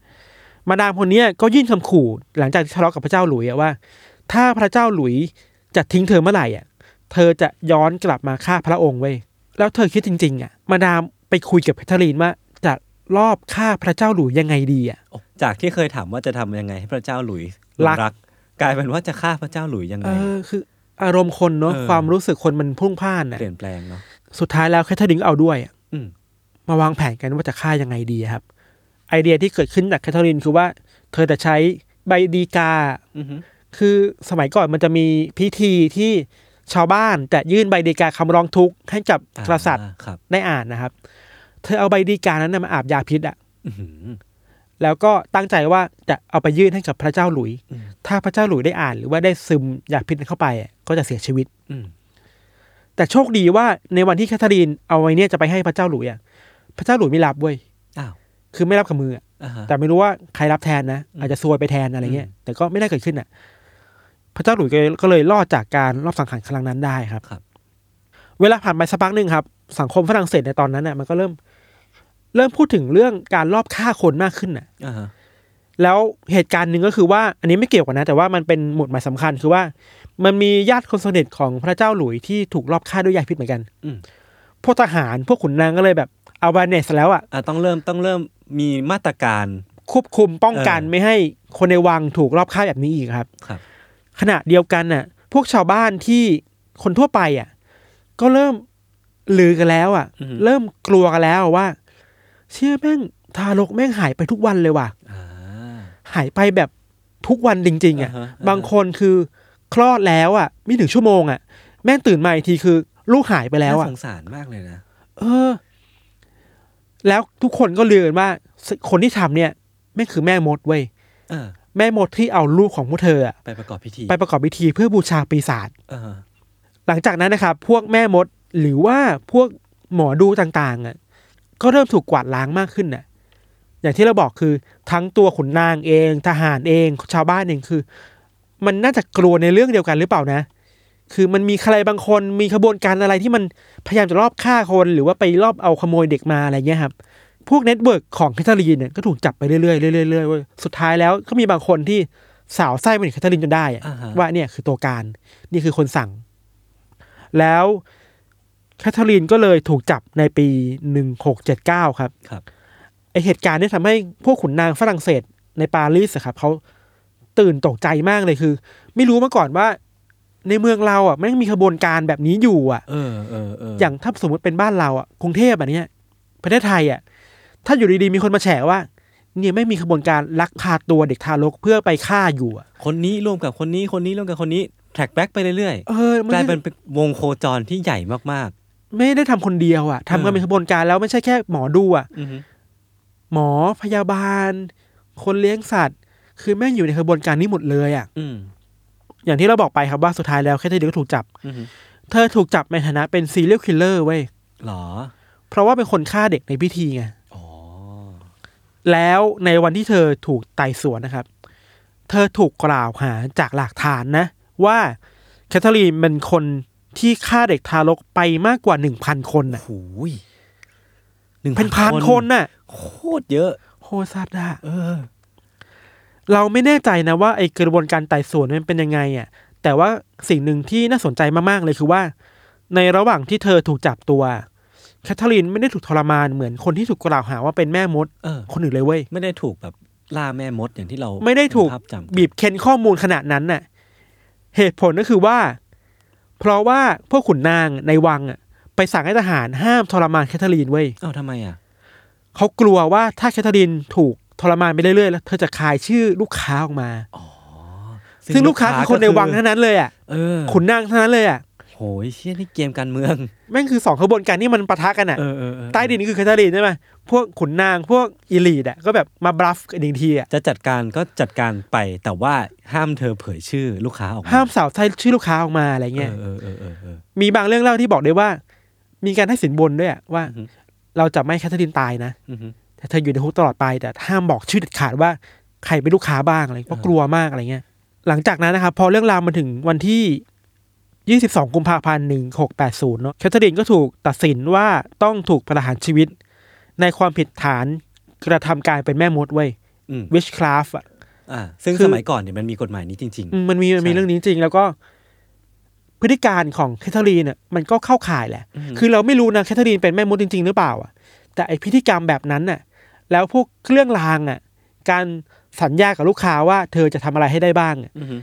Speaker 3: มาดามคนเนี้ยก็ยื่นคำขู่ หลังจากที่ทะเลาะกับพระเจ้าหลุยอะว่า ถ้าพระเจ้าหลุยจะทิ้งเธอเมื่อไหร่อ่ะ เธอจะย้อนกลับมาฆ่าพระองค์เว้ยแล้วเธอคิดจริง ๆ อ่ะ มาดามไปคุยกับแคทเธอรีนว่าจะรอบฆ่าพระเจ้าหลุยยังไงดีอ่ะ
Speaker 2: โอ้จากที่เคยถามว่าจะทำยังไงให้พระเจ้าหลุยส์
Speaker 3: รัก
Speaker 2: รัก กลายเป็นว่าจะฆ่าพระเจ้าหลุยส์ยังไง
Speaker 3: เออคือ อารมณ์คนเนาะ
Speaker 2: เออ
Speaker 3: ความรู้สึกคนมันพลุ่งพล่านอ่ะ
Speaker 2: เปลี่ยนแปลงเนาะ
Speaker 3: สุดท้ายแล้วแคทเธอรีนก็เอาด้วยอะ
Speaker 2: อืม
Speaker 3: มาวางแผนกันว่าจะฆ่ายังไงดีอะครับ ไอเดียที่เกิดขึ้นจากแคทเธอรีนคือว่า เธอจะใช้ใบดีกา
Speaker 2: อือฮึ
Speaker 3: คือสมัยก่อนมันจะมีพิธีที่ชาวบ้านจะยื่นใบดีกาคำร้องทุกข์ให้กับ
Speaker 2: อ่าก
Speaker 3: ษัตริย์
Speaker 2: ครับ
Speaker 3: ได้อ่านนะครับ เธอเอาใบดีกานั้นนะมาอาบยาพิษอะ
Speaker 2: อื้อหือ
Speaker 3: แล้วก็ตั้งใจว่าจะเอาไปยื่นให้กับพระเจ้าหลุย
Speaker 2: อืม
Speaker 3: ถ้าพระเจ้าหลุยได้อ่านหรือว่าได้ซึมยาพิษนั้นเข้าไปอะก็จะเสียชีวิต
Speaker 2: อืม
Speaker 3: แต่โชคดีว่าในวันที่แคทเธอรีนเอาไว้เนี่ยจะไปให้พระเจ้าหลุยอะพระเจ้าหลุยไม่รับเว้ย
Speaker 2: อ้าว
Speaker 3: คือไม่รับกับมืออะ
Speaker 2: อ่าฮะ
Speaker 3: แต่ไม่รู้ว่าใครรับแทนนะ อาจจะซวยไปแทนอะไรเงี้ย แต่ก็ไม่ได้เกิดขึ้นอ่ะ พระเจ้าหลุยส์ก็เลยรอดจากการรอบสังหารครั้งนั้นได้ครับ
Speaker 2: ครับ
Speaker 3: เวลาผ่านไปสักพักหนึ่งครับ สังคมฝรั่งเศสในตอนนั้นน่ะมันก็เริ่ม เริ่มพูดถึงเรื่องการรอบฆ่าคนมากขึ้นน่ะ
Speaker 2: อ่าฮะ
Speaker 3: แล้วเหตุการณ์หนึ่งก็คือว่า อันนี้ไม่เกี่ยวกันนะ แต่ว่ามันเป็นหมุดหมายสำคัญคือว่า มันมีญาติคนสนิทของพระเจ้าหลุยส์ที่ถูกรอบฆ่าด้วยยาพิษเหมือนกัน
Speaker 2: อืม
Speaker 3: พวกทหารพวกขุนนางก็เลยแบบเอาบาเนสแล้วอ่ะ
Speaker 2: อ่าต้องเริ่มต้องเริ่มมีมาตรการ
Speaker 3: ควบคุมป้องกัน
Speaker 2: เออ
Speaker 3: ไม่ให้คนในวังถูกรอบฆ่าแบบนี้อีกครับ
Speaker 2: ครับ
Speaker 3: ขณะเดียวกันน่ะ พวกชาวบ้านที่คนทั่วไปอ่ะ ก็เริ่มลือกันแล้วอ่ะ
Speaker 2: อือฮึ
Speaker 3: เริ่มกลัวกันแล้วว่า เชื่อแม่งทารกแม่งหายไปทุกวันเลยว่ะ
Speaker 2: อ่า
Speaker 3: หายไปแบบทุกวันจริง ๆ อ่ะ
Speaker 2: อ่าฮะอ่าฮะ
Speaker 3: บางคนคือคลอดแล้วอ่ะ ไม่ถึงชั่วโมงอ่ะ แม่งตื่นมาอีกทีคือ ลูกหายไปแล้ว
Speaker 2: น่า
Speaker 3: อ่ะ
Speaker 2: สงสารมากเลยนะ
Speaker 3: เออ แล้วทุกคนก็ลือกันว่า คนที่ทำเนี่ยแม่งคือแม่มดเว้ย
Speaker 2: เออ
Speaker 3: แม่มดที่เอาลูกของพวกเธออะ
Speaker 2: ไปประกอบพิธี
Speaker 3: ไปประกอบพิธีเพื่อบูชาปีศาจ
Speaker 2: เออ
Speaker 3: หลังจากนั้นนะครับ พวกแม่มดหรือว่าพวกหมอดูต่างๆอ่ะก็เริ่มถูกกวาดล้างมากขึ้นน่ะ อย่างที่เราบอกคือทั้งตัวขุนนางเอง ทหารเอง ชาวบ้านเองคือ มันน่าจะกลัวในเรื่องเดียวกันหรือเปล่านะ คือมันมีใครบางคนมีขบวนการอะไรที่มันพยายามจะรอบฆ่าคนหรือว่าไปรอบเอาขโมยเด็กมาอะไรเงี้ยครับ พวกเน็ตเวิร์กของแคทเธอรีนเนี่ยก็ถูกจับไปเรื่อยๆเรื่อยๆเรื่อยๆเว้ยสุดท้ายแล้วก็มีบางคนที่สาวไส้ไปถึงแคทเธอรีนจนได้อะ
Speaker 2: อ่าฮะ
Speaker 3: ว่าเนี่ยคือตัวการนี่คือคนสั่ง แล้วแคทเธอรีนก็เลยถูกจับในปีหนึ่งหกเจ็ดเก้าครับ
Speaker 2: ครับ
Speaker 3: ไอเหตุการณ์เนี่ยทำให้พวกขุนนางฝรั่งเศสในปารีสอะครับเขาตื่นตกใจมากเลยคือ ไม่รู้มาก่อนว่า ในเมืองเราอ่ะแม่งมีขบวนการแบบนี้อยู่อ่ะ
Speaker 2: เออเออเออ
Speaker 3: อ
Speaker 2: อย่าง
Speaker 3: ถ้าสมมติเป็นบ้านเราอ่ะกรุงเทพแบบเนี้ยประเทศไทยอ่ะถ้าอยู่ดีๆมีคนมาแฉว่าเนี่ยไม่งมีขบวนการลักพาตัวเด็กทารกเพื่อไปฆ่าอยู่อ่ะ
Speaker 2: คนนี้ร่วมกับคนนี้คนนี้ร่วมกับคนนี้แทร็กแบ็กไปเรื่อย
Speaker 3: เออมั
Speaker 2: ๆกลายเป็นวงโคจรที่ใหญ่มาก
Speaker 3: ไม่ได้ทำคนเดียวอะทำ
Speaker 2: เอ
Speaker 3: กัน
Speaker 2: อ
Speaker 3: เป็นขบวนการแล้วไม่ใช่แค่หมอดูอะ
Speaker 2: ๆอือฮึ
Speaker 3: หมอพยาบาล คนเลี้ยงสัตว์ คือแม่งอยู่ในขบวนการนี้หมดเลยอะ
Speaker 2: อืม
Speaker 3: อย่างที่เราบอกไปครับว่าสุดท้ายแล้วแค่เธอเดียวก็ถูกจับ
Speaker 2: อือฮึ
Speaker 3: เธอถูกจับในฐานะเป็นซีเรียลคิลเลอร์เว้ย
Speaker 2: หรอ
Speaker 3: เพราะว่าเป็นคนฆ่าเด็กในพิธีไง
Speaker 2: อ๋อ
Speaker 3: แล้วในวันที่เธอถูกไต่สวนนะครับ เธอถูกกล่าวหาจากหลักฐานนะ ว่าแคทเธอรีนเป็นคนที่ฆ่าเด็กทารกไปมากกว่าหนึ่งพันคนน่ะ
Speaker 2: หูยหนึ่ง
Speaker 3: เป็นพันคนน่ะ
Speaker 2: โคตรเยอะ
Speaker 3: โหซาดา
Speaker 2: เออ
Speaker 3: เราไม่แน่ใจนะว่าไอ้กระบวนการไต่สวนมันเป็นยังไงอ่ะ แต่ว่าสิ่งหนึ่งที่น่าสนใจมากๆเลยคือว่า ในระหว่างที่เธอถูกจับตัวแคทเธอรีนไม่ได้ถูกทรมานเหมือนคนที่ถูกกล่าวหาว่าเป็นแม่มด
Speaker 2: เออ
Speaker 3: คนอื่นเลยเว้ย
Speaker 2: ไม่ได้ถูกแบบล่าแม่มดอย่างที่เรา
Speaker 3: ไม่ได้ถูก
Speaker 2: ภาพจำ
Speaker 3: บีบเค้นข้อมูลขนาดนั้นน่ะ เหตุผลก็คือว่า เพราะว่าพวกขุนนางในวังอ่ะไปสั่งให้ทหารห้ามทรมานแคทเธอรีนเว้ย
Speaker 2: เอ้าทำไมอ่ะ
Speaker 3: เขากลัวว่าถ้าแคทเธอรีนถูกทรมานไปเรื่อยๆแล้วเธอจะคายชื่อลูกค้าออกมา ซึ่งลูกค้าคือคนในวังเท่านั้นเลยอ่ะ
Speaker 2: เออ
Speaker 3: ขุนนางเท่านั้นเลยอ่ะ
Speaker 2: โหยเชี่ยนี่เกมการเมือง
Speaker 3: แม่งคือสองขบวนการนี่มันปะทะกันอ่ะ
Speaker 2: เออเออเออ
Speaker 3: ใต้ดินนคือแคทเธอรีนใช่ไหมพวกขุนนางพวกอีลีดอ่ะก็แบบมาบลัฟกันอีกทีอ่ะ
Speaker 2: จะจัดการก็จัดการไปแต่ว่าห้ามเธอเผยชื่อลูกค้าออกมา
Speaker 3: ห้ามสาวใช้ชื่อลูกค้าออกมาอะไรเงี้ย
Speaker 2: เออเออเออเออเออ
Speaker 3: มีบางเรื่องเล่าที่บอกได้ว่า มีการให้สินบนด้วยอะว่า
Speaker 2: อือฮึ
Speaker 3: เราจะไม่ให้แคทเธอรีนตายนะ
Speaker 2: อือฮึ
Speaker 3: แต่เธออยู่ในคุกตลอดไป แต่ห้ามบอกชื่อเด็ดขาดว่าใครเป็นลูกค้าบ้างอะไรเพราะกลัวมากอะไรเงี้ย หลังจากนั้นนะครับพอเรื่องราวมาถึงวันที่ 22 กุมภาพันธ์ 1680 เนอะแคทเธอรีนก็ถูกตัดสินว่าต้องถูกประหารชีวิต ในความผิดฐานกระทำการเป็นแม่มดเว้ย
Speaker 2: อืม
Speaker 3: witchcraft อะ
Speaker 2: อ่าซึ่ง
Speaker 3: คือ
Speaker 2: สมัยก่อนเนี่ยมันมีกฎหมายนี้จริง
Speaker 3: อืมมันมีมันมี
Speaker 2: ใช่
Speaker 3: เรื่องนี้จริงแล้วก็พฤติการของแคทเธอรีนเนี่ยมันก็เข้าข่ายแหละ
Speaker 2: อืม
Speaker 3: คือเราไม่รู้นะแคทเธอรีนเป็นแม่มดจริง ๆ หรือเปล่าอ่ะแต่ไอพฤติกรรมแบบนั้นน่ะ แล้วพวกเครื่องรางอ่ะ การสัญญากับลูกค้าว่าเธอจะทำอะไรให้ได้บ้างอะ
Speaker 2: ๆอือฮึ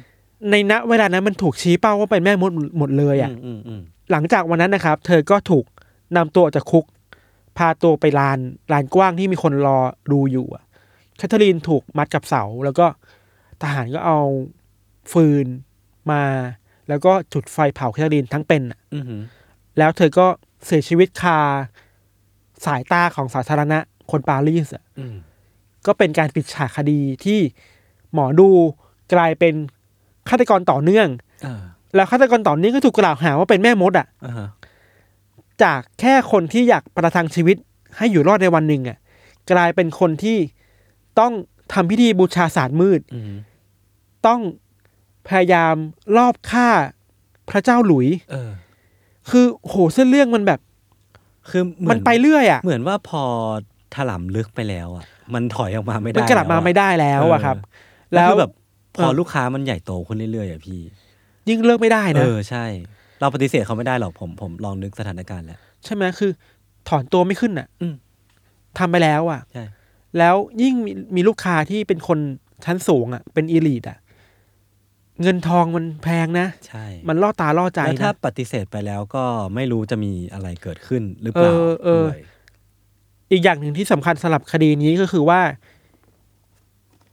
Speaker 3: ในณเวลานั้นมันถูกชี้เป้าว่าเป็นแม่มดหมดเลยอ่ะ
Speaker 2: อืมอืมอืม
Speaker 3: หลังจากวันนั้นนะครับ เธอก็ถูกนำตัวออกจากคุก พาตัวไปลานลานกว้างที่มีคนรอดูอยู่อะแคทเธอรีนถูกมัดกับเสา แล้วก็ทหารก็เอาฟืนมา แล้วก็จุดไฟเผาแคทเธอรีนทั้งเป็นอะ
Speaker 2: อือฮึ
Speaker 3: แล้วเธอก็เสียชีวิตคาสายตาของสาธารณะคนปารีสอะ
Speaker 2: อืม
Speaker 3: ก็เป็นการปิดฉากคดีที่หมอดูกลายเป็นฆาตกรต่อเนื่อง
Speaker 2: อ่า
Speaker 3: แล้วฆาตกรต่อเนื่องก็ถูกกล่าวหาว่าเป็นแม่มดอ่ะ
Speaker 2: อ่าฮะ
Speaker 3: จากแค่คนที่อยากประทังชีวิตให้อยู่รอดในวันหนึ่งอ่ะกลายเป็นคนที่ต้องทำพิธีบูชาศาสตร์มืด
Speaker 2: อืม
Speaker 3: ต้องพยายามลอบฆ่าพระเจ้าหลุย
Speaker 2: เออ
Speaker 3: คือโหเส้นเรื่องมันแบบ
Speaker 2: คือเห
Speaker 3: มันไปเรื่อยอ่ะ
Speaker 2: เหมือนว่าพอถลำลึกไปแล้วอ่ะมันถอยออกมาไม่ได้
Speaker 3: มันกลับมาไม่ได้แล้วอ่ะครับ แล้
Speaker 2: แล้ว
Speaker 3: ว
Speaker 2: คือแบบพอ
Speaker 3: เออ
Speaker 2: ลูกค้ามันใหญ่โตขึ้นเรื่อยๆอ่ะพี่
Speaker 3: ยิ่งเลิกไม่ได้
Speaker 2: เอ
Speaker 3: นะ
Speaker 2: อใช่ เราปฏิเสธเขาไม่ได้หรอกผมผมลองนึกสถานการณ์แล้ว
Speaker 3: ใช่ไหมคือ ถอนตัวไม่ขึ้นอ่ะ
Speaker 2: อืม
Speaker 3: ทำไปแล้วอ่ะ
Speaker 2: ใช่
Speaker 3: แล้วยิ่งมีมีลูกค้าที่เป็นคนชั้นสูงอ่ะ เป็นอีลีดอ่ะ เงินทองมันแพงนะ
Speaker 2: ใช่
Speaker 3: มันล่อตาล่อใจ
Speaker 2: แล้วถ้า
Speaker 3: นะ
Speaker 2: ปฏิเสธไปแล้วก็ไม่รู้จะมีอะไรเกิดขึ้นหรือเปล่า
Speaker 3: เออเออ
Speaker 2: ด้วย
Speaker 3: อีกอย่างหนึ่งที่สำคัญสำหรับคดีนี้ก็คือว่า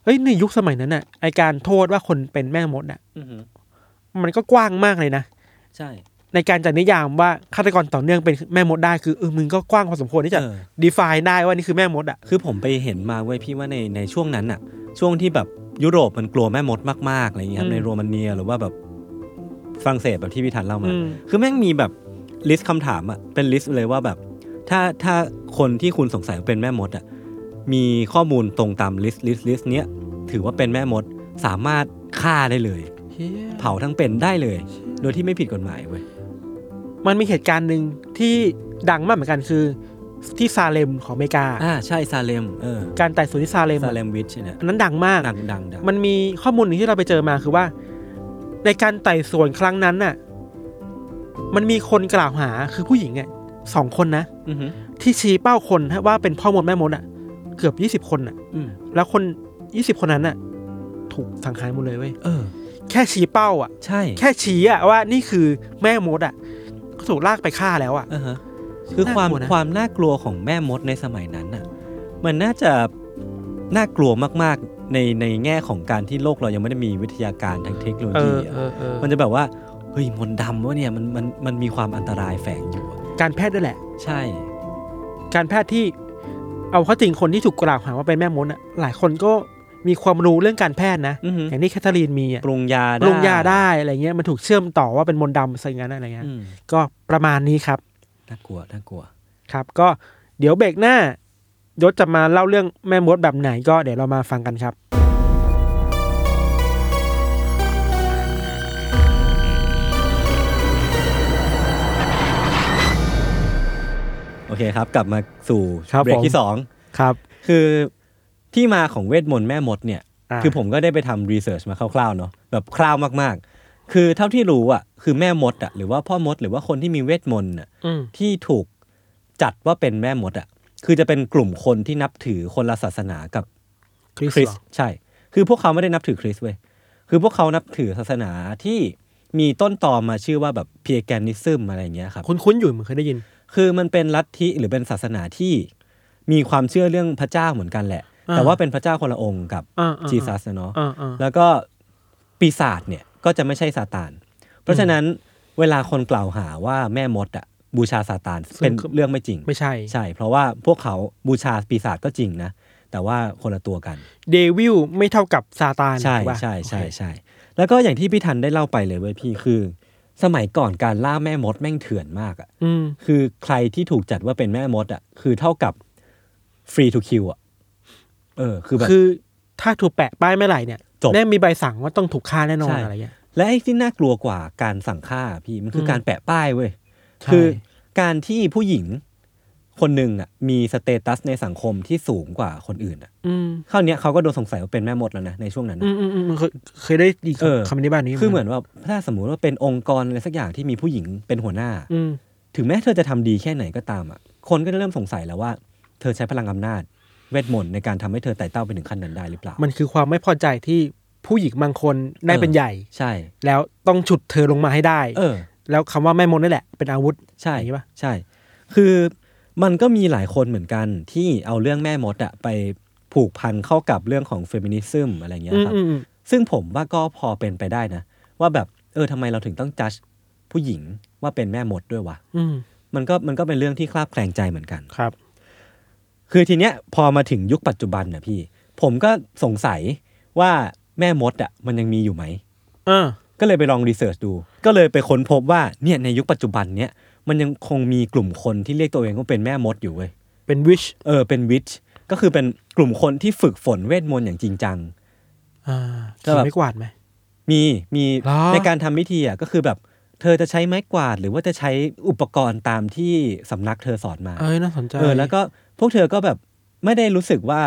Speaker 3: เฮ้ยในยุคสมัยนั้นน่ะไอการโทษว่าคนเป็นแม่มดน่ะ
Speaker 2: อือฮึ
Speaker 3: มันก็กว้างมากเลยนะ
Speaker 2: ใช่
Speaker 3: ในการจัดนิยามว่าฆาตกรต่อเนื่องเป็นแม่มดได้คือเออมึงก็กว้างพอสมควรที่จะ
Speaker 2: เออ
Speaker 3: ดีฟ n e ได้ว่านี่คือแม่มดอ่ะ
Speaker 2: คือผมไปเห็นมาเว้ยพี่ว่าในในช่วงนั้นอะช่วงที่แบบยุโรปมันกลัวแม่มดมากๆอะไรอย่างเงี้ยครั
Speaker 3: อื
Speaker 2: บ
Speaker 3: ม
Speaker 2: ในโรมาเนียหรือว่าแบบฝรั่งเศสแบบที่พี่ธันเล่ามา
Speaker 3: อืม
Speaker 2: คือแม่งมีแบบลิสต์คำถามอะเป็นลิสต์เลยว่าแบบ ถ้าถ้าคนที่คุณสงสัยว่าเป็นแม่มดอะมีข้อมูลตรงตามลิสต์ลิสต์ลิสต์เนี้ยถือว่าเป็นแม่มดสามารถฆ่าได้เลย เผาทั้งเป็นได้เลย โดยที่ไม่ผิดกฎหมายเว้ย
Speaker 3: มันมีเหตุการณ์หนึ่งที่ดังมากเหมือนกันคือ ที่ซาเลมของอเมริกา
Speaker 2: อ่าใช่ซาเลมเออ
Speaker 3: การไต่สวนที่ซาเลม
Speaker 2: ซา
Speaker 3: อะ
Speaker 2: เลมวิชเนี่ย
Speaker 3: อันนั้นดังมาก
Speaker 2: ดังดังดัง
Speaker 3: มันมีข้อมูลหนึ่งที่เราไปเจอมาคือว่า ในการไต่สวนครั้งนั้นน่ะ มันมีคนกล่าวหาคือผู้หญิงอ่ะสองคนนะ
Speaker 2: อือหือ
Speaker 3: ที่ชี้เป้าคนฮะว่าเป็นพ่อมดแม่มดอ่ะ เกือบยี่สิบคนอ่ะ
Speaker 2: อืม
Speaker 3: แล้วคนยี่สิบคนนั้นน่ะ ถูกสังหารหมดเลยเว้ย
Speaker 2: เออ
Speaker 3: แค่ชี้เป้าอ่ะ
Speaker 2: ใช่
Speaker 3: แค่ชี้อ่ะว่านี่คือแม่มดอ่ะก็ถูกลากไปฆ่าแล้วอ่ะ
Speaker 2: อ่าฮะ คือความ
Speaker 3: น่ากลัวนะ
Speaker 2: ความน่ากลัวของแม่มดในสมัยนั้นน่ะ มันน่าจะน่ากลัวมากๆในในแง่ของการที่โลกเรายังไม่ได้มีวิทยาการทางเทคโนโล
Speaker 3: เอ
Speaker 2: ยี
Speaker 3: อ
Speaker 2: อะ
Speaker 3: เออเออ
Speaker 2: มันจะแบบว่าเฮ้ยมนต์ดำวะเนี่ยมันมันมันมีความอันตรายแฝงอยู่อะ
Speaker 3: การแพทย์ด้วยแหละ
Speaker 2: ใช่
Speaker 3: การแพทย์ที่เอาเข้าจริงคนที่ถูกกล่าวหาว่าเป็นแม่มดอ่ะ หลายคนก็มีความรู้เรื่องการแพทย์นะ
Speaker 2: อือหือ
Speaker 3: อย่างที่แคทเธอรีนมีอ่ะ
Speaker 2: ปรุงยา
Speaker 3: ปรุงยาได้อะไรเงี้ยมันถูกเชื่อมต่อว่าเป็นมนต์ดำซะอย่างนั้นอะไรเงี้ย
Speaker 2: อืม
Speaker 3: ก็ประมาณนี้ครับ
Speaker 2: น่ากลัวน่ากลัว
Speaker 3: ครับ ก็เดี๋ยวเบรกหน้ายศจะมาเล่าเรื่องแม่มดแบบไหนก็เดี๋ยวเรามาฟังกันครับ
Speaker 2: โอเคครับ กลับมาสู่
Speaker 3: ครับ
Speaker 2: เบร
Speaker 3: ผ
Speaker 2: ก
Speaker 3: ม
Speaker 2: ที่สอง
Speaker 3: ครับ
Speaker 2: คือที่มาของเวทมนต์แม่มดเนี่ย
Speaker 3: า
Speaker 2: คือผมก็ได้ไปทำรีเสิร์ชมาคร่าวๆเนาะแบบคร่าวมากๆ คือเท่าที่รู้อ่ะคือแม่มดอ่ะหรือว่าพ่อมด หรือว่าคนที่มีเวทมนต์อ่ะ
Speaker 3: อืม
Speaker 2: ที่ถูกจัดว่าเป็นแม่มดอ่ะคือจะเป็นกลุ่มคนที่นับถือคนละศาสนากับ
Speaker 3: คริส
Speaker 2: คริส
Speaker 3: เหรอ
Speaker 2: ต์ใช่ คือพวกเขาไม่ได้นับถือคริสต์เว้ยคือพวกเขานับถือศาสนาที่มีต้นตอมาชื่อว่าแบบเพียแกนิซึมอะไรอย่างเงี้ยครับ
Speaker 3: คุ้นๆอยู่เหมือนเคยได้ยิน
Speaker 2: คือมันเป็นลัทธิหรือเป็นศาสนาที่มีความเชื่อเรื่องพระเจ้าเหมือนกันแหละ
Speaker 3: อ่า
Speaker 2: แต่ว่าเป็นพระเจ้าคนละองค์กับ
Speaker 3: อ่า
Speaker 2: จีซัสนะเนาะ
Speaker 3: อ่าอ่า
Speaker 2: แล้วก็ปีศาจเนี่ยก็จะไม่ใช่ซาตาน เพราะฉะนั้น เวลาคนกล่าวหาว่าแม่มดอ่ะบูชาซาตาน
Speaker 3: ซึ่ง
Speaker 2: เป็นเรื่องไม่จริง
Speaker 3: ไม่ใช่
Speaker 2: ใช่ เพราะว่าพวกเขาบูชาปีศาจก็จริงนะ แต่ว่าคนละตัวกัน
Speaker 3: เดวิลไม่เท่ากับซาตาน
Speaker 2: ใช่
Speaker 3: ถูกปะ
Speaker 2: ใช่ใช่
Speaker 3: โอเค
Speaker 2: ใช่ แล้วก็อย่างที่พี่ทันได้เล่าไปเลยเว้ยพี่คือ สมัยก่อนการล่าแม่มดแม่งเถื่อนมากอ่ะ
Speaker 3: อืม
Speaker 2: คือใครที่ถูกจัดว่าเป็นแม่มดอ่ะคือเท่ากับ free to kill อ่ะ เออ คือแบบ
Speaker 3: คือถ้าถูกแปะป้ายไม่อไหร่เนี่ย
Speaker 2: จบ
Speaker 3: แน่มีใบสั่งว่าต้องถูกฆ่าแน่นอ
Speaker 2: ใช่
Speaker 3: นอะไรเงี้ย
Speaker 2: และไอ้ที่น่ากลัวกว่าการสั่งฆ่าพี่มันคืออ
Speaker 3: ม
Speaker 2: การแปะป้ายเว้ย
Speaker 3: ใช่
Speaker 2: คือการที่ผู้หญิงคนหนึ่งอ่ะมีสเตตัสในสังคมที่สูงกว่าคนอื่นอ่ะ
Speaker 3: อืม
Speaker 2: คราวเนี้ยเขาก็โดนสงสัยว่าเป็นแม่มดแล้วนะในช่วงนั้น
Speaker 3: อื
Speaker 2: น่ะ
Speaker 3: มอืมอืมเคยเคยได้ยิน
Speaker 2: เออ
Speaker 3: คำนี้บ้านนี้
Speaker 2: คือเหมือนว่าถ้าสมมุติว่าเป็นองค์กรอะไรสักอย่างที่มีผู้หญิงเป็นหัวหน้า
Speaker 3: อืม
Speaker 2: ถึงแม้เธอจะทำดีแค่ไหนก็ตามอ่ะคนก็จะเริ่มสงสัยแล้วว่า เธอใช้พลังอำนาจเวทมนต์ในการทำให้เธอไต่เต้าไปถึงขั้นนั้นได้หรือเปล่า
Speaker 3: มันคือความไม่พอใจที่ผู้หญิงบางคนได้
Speaker 2: เออ
Speaker 3: เป็นใหญ่
Speaker 2: ใช่
Speaker 3: แล้วต้องฉุดเธอลงมาให้ได้
Speaker 2: เออ
Speaker 3: แล้วคำว่าแม่มดนี่แหละเป็นอาวุธ
Speaker 2: ใช่
Speaker 3: อย่างนี้ปะ
Speaker 2: ใช่ คือมันก็มีหลายคนเหมือนกันที่เอาเรื่องแม่มดอะไปผูกพันเข้ากับเรื่องของเฟมินิซึมอะไรเงี้ยครับ
Speaker 3: อืมอืม
Speaker 2: ซึ่งผมว่าก็พอเป็นไปได้นะ ว่าแบบเออทำไมเราถึงต้องจัดผู้หญิงว่าเป็นแม่มดด้วยวะ
Speaker 3: อืม
Speaker 2: มันก็มันก็เป็นเรื่องที่คลาบแคลงใจเหมือนกัน
Speaker 3: ครับ
Speaker 2: คือทีเนี้ยพอมาถึงยุคปัจจุบันนะพี่ ผมก็สงสัยว่าแม่มดอะมันยังมีอยู่ไหม
Speaker 3: เออ
Speaker 2: ก็เลยไปลองรีเสิร์ชดู ก็เลยไปค้นพบว่าเนี่ยในยุคปัจจุบันเนี่ยมันยังคงมีกลุ่มคนที่เรียกตัวเองว่าเป็นแม่มดอยู่เว้ย
Speaker 3: เป็นวิช
Speaker 2: เออเป็นวิชก็คือเป็นกลุ่มคนที่ฝึกฝนเวทมนต์อย่างจริงจัง
Speaker 3: อ่า
Speaker 2: ก็แบบ
Speaker 3: ขี่ไม่กวาดไหม
Speaker 2: มีมี
Speaker 3: เหรอ
Speaker 2: ในการทำพิธีอ่ะก็คือแบบเธอจะใช้ไม้กวาด หรือว่าจะใช้อุปกรณ์ตามที่สำนักเธอสอนมา
Speaker 3: เอ้ยน่าสนใจ
Speaker 2: เออแล้วก็พวกเธอก็แบบไม่ได้รู้สึกว่า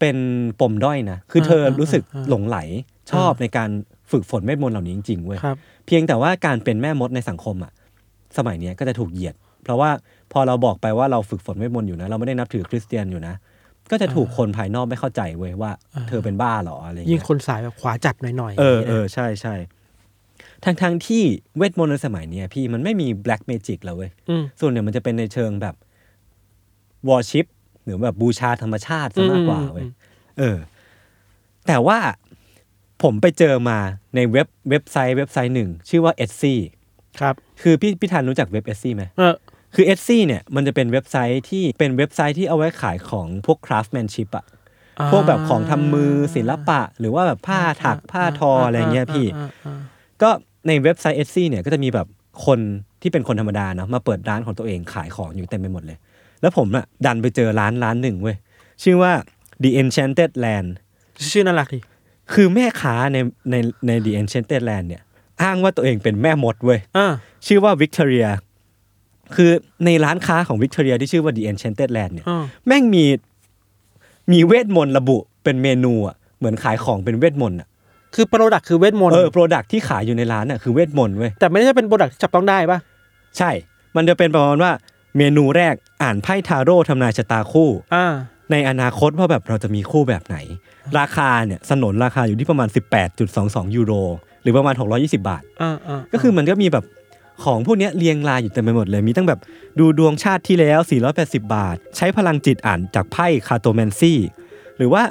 Speaker 2: เป็นปมด้อยนะ คืออาเธอรู้สึก
Speaker 3: อ่าอ่า
Speaker 2: หลงไหลชอบ
Speaker 3: อ่า
Speaker 2: ในการฝึกฝนเวทมนต์เหล่านี้จริงๆเว้ย
Speaker 3: ครับ
Speaker 2: เพียงแต่ว่าการเป็นแม่มดในสังคมอ่ะ สมัยเนี้ยก็จะถูกเหยียด เพราะว่าพอเราบอกไปว่าเราฝึกฝนเวทมนต์อยู่นะ เราไม่ได้นับถือคริสเตียนอยู่นะ ก็จะถูกคนภายนอกไม่เข้าใจเว้ยว่า
Speaker 3: อ่า
Speaker 2: เธอเป็นบ้าเหรออะไรอย่าง
Speaker 3: ยิ่ง
Speaker 2: เงี้ย
Speaker 3: คนสายแบบขวาจัดหน่อยๆ
Speaker 2: เออเออ
Speaker 3: อ
Speaker 2: ใช่ใช่ทั้งทั้งๆที่เวทมนต์ในสมัยเนี้ยพี่มันไม่มีแบล็กเมจิกแล้วเว้ย
Speaker 3: อืม
Speaker 2: ส่วนเนี่ยมันจะเป็นในเชิงแบบวอชิป หรือแบบบูชาธรรมชาติซะมากกว่าเว้ย
Speaker 3: อืม
Speaker 2: เออ แต่ว่าผมไปเจอมาในเว็บเว็บไซต์เว็บไซต์หนึ่ง ชื่อว่า e t s y
Speaker 3: ครับ
Speaker 2: คือพี่พี่ทันรู้จักเว็บ e t s y ไหม
Speaker 3: เออ
Speaker 2: คือ e t s y เนี่ยมันจะเป็นเว็บไซต์ที่เป็นเว็บไซต์ที่เอาไว้ขายของพวก craftsmanship อะ
Speaker 3: อ่า
Speaker 2: พวกแบบของทำมือศิลปะ หรือว่าแบบผ้าถักผ้าทออะไรเงี้ยพี่
Speaker 3: อ่าอ่า
Speaker 2: ก็ในเว็บไซต์เอซี่เนี่ยก็จะมีแบบคนที่เป็นคนธรรมดาเนาะมาเปิดร้านของตัวเองขายของอยู่เต็มไปหมดเลย แล้วผมอะดันไปเจอร้านร้านหนึ่งเว้ย ชื่อว่า The Enchanted Land
Speaker 3: ชื่อน่ารักดิ
Speaker 2: คือแม่ค้าในในใน The Enchanted Land เนี่ย อ้างว่าตัวเองเป็นแม่มดเว้ย
Speaker 3: อ่า
Speaker 2: ชื่อว่า Victoria คือในร้านค้าของ Victoria ที่ชื่อว่า The Enchanted Land เนี่ย
Speaker 3: อ่า
Speaker 2: แม่งมีมีเวทมนต์ระบุเป็นเมนูอะเหมือนขายของเป็นเวทมนต์อะ
Speaker 3: คือโปรดักคือเวทมนต์
Speaker 2: เออโปรดักที่ขายอยู่ในร้านอะคือเวทมนต์เว้ย
Speaker 3: แต่ไม่ได้เป็นโปรดักที่จับต้องได้ปะ
Speaker 2: ใช่ มันจะเป็นประมาณว่าเมนูแรกอ่านไพ่ทาโร่ทำนายชะตาคู่
Speaker 3: อ่า
Speaker 2: ในอนาคตว่าแบบเราจะมีคู่แบบไหน ราคาเนี่ยสนนราคาอยู่ที่ประมาณ 18.22 ยูโร หรือประมาณ 620 บาท
Speaker 3: อ่าอ่า
Speaker 2: ก็คือมันก็มีแบบของพวกเนี้ยเรียงรายอยู่เต็มไปหมดเลย มีตั้งแบบดูดวงชาติที่แล้ว 480 บาท ใช้พลังจิตอ่านจากไพ่คาโตแมนซี่หรือว่า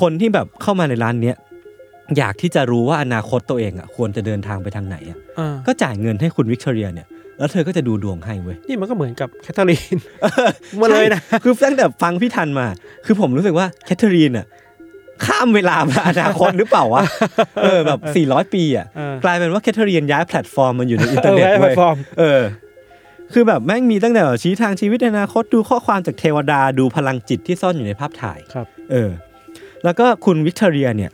Speaker 2: คนที่แบบเข้ามาในร้านเนี้ยอยากที่จะรู้ว่าอนาคตตัวเองอ่ะควรจะเดินทางไปทางไหนอ่ะ
Speaker 3: อ่า
Speaker 2: ก็จ่ายเงินให้คุณวิกตอเรียเนี่ยแล้วเธอก็จะดูดวงให้เว้ย
Speaker 3: นี่มันก็เหมือนกับแคทเธอรีน มาเลยนะ
Speaker 2: ใช่คือตั้งแต่ฟังพี่ทันมา คือผมรู้สึกว่าแคทเธอรีนอ่ะข้ามเวลามาอนาคตหรือเปล่าวะ เออแบบ 400 ปีอ่ะ
Speaker 3: เออ
Speaker 2: กลายเป็นว่าแคทเธอรีนย้ายแพลตฟอร์มมันอยู่ในอิน
Speaker 3: เอ
Speaker 2: เทอร์
Speaker 3: อ
Speaker 2: เน็ต
Speaker 3: ไว้แพล
Speaker 2: เว้ย
Speaker 3: ตฟอร์ม
Speaker 2: เออ คือแบบแม่งมีตั้งแต่แบบชี้ทางชีวิตในอนาคตดูข้อความจากเทวดาดูพลังจิตที่ซ่อนอยู่ในภาพถ่าย
Speaker 3: ครับ
Speaker 2: เออ แล้วก็คุณวิกตอเรียเนี่ย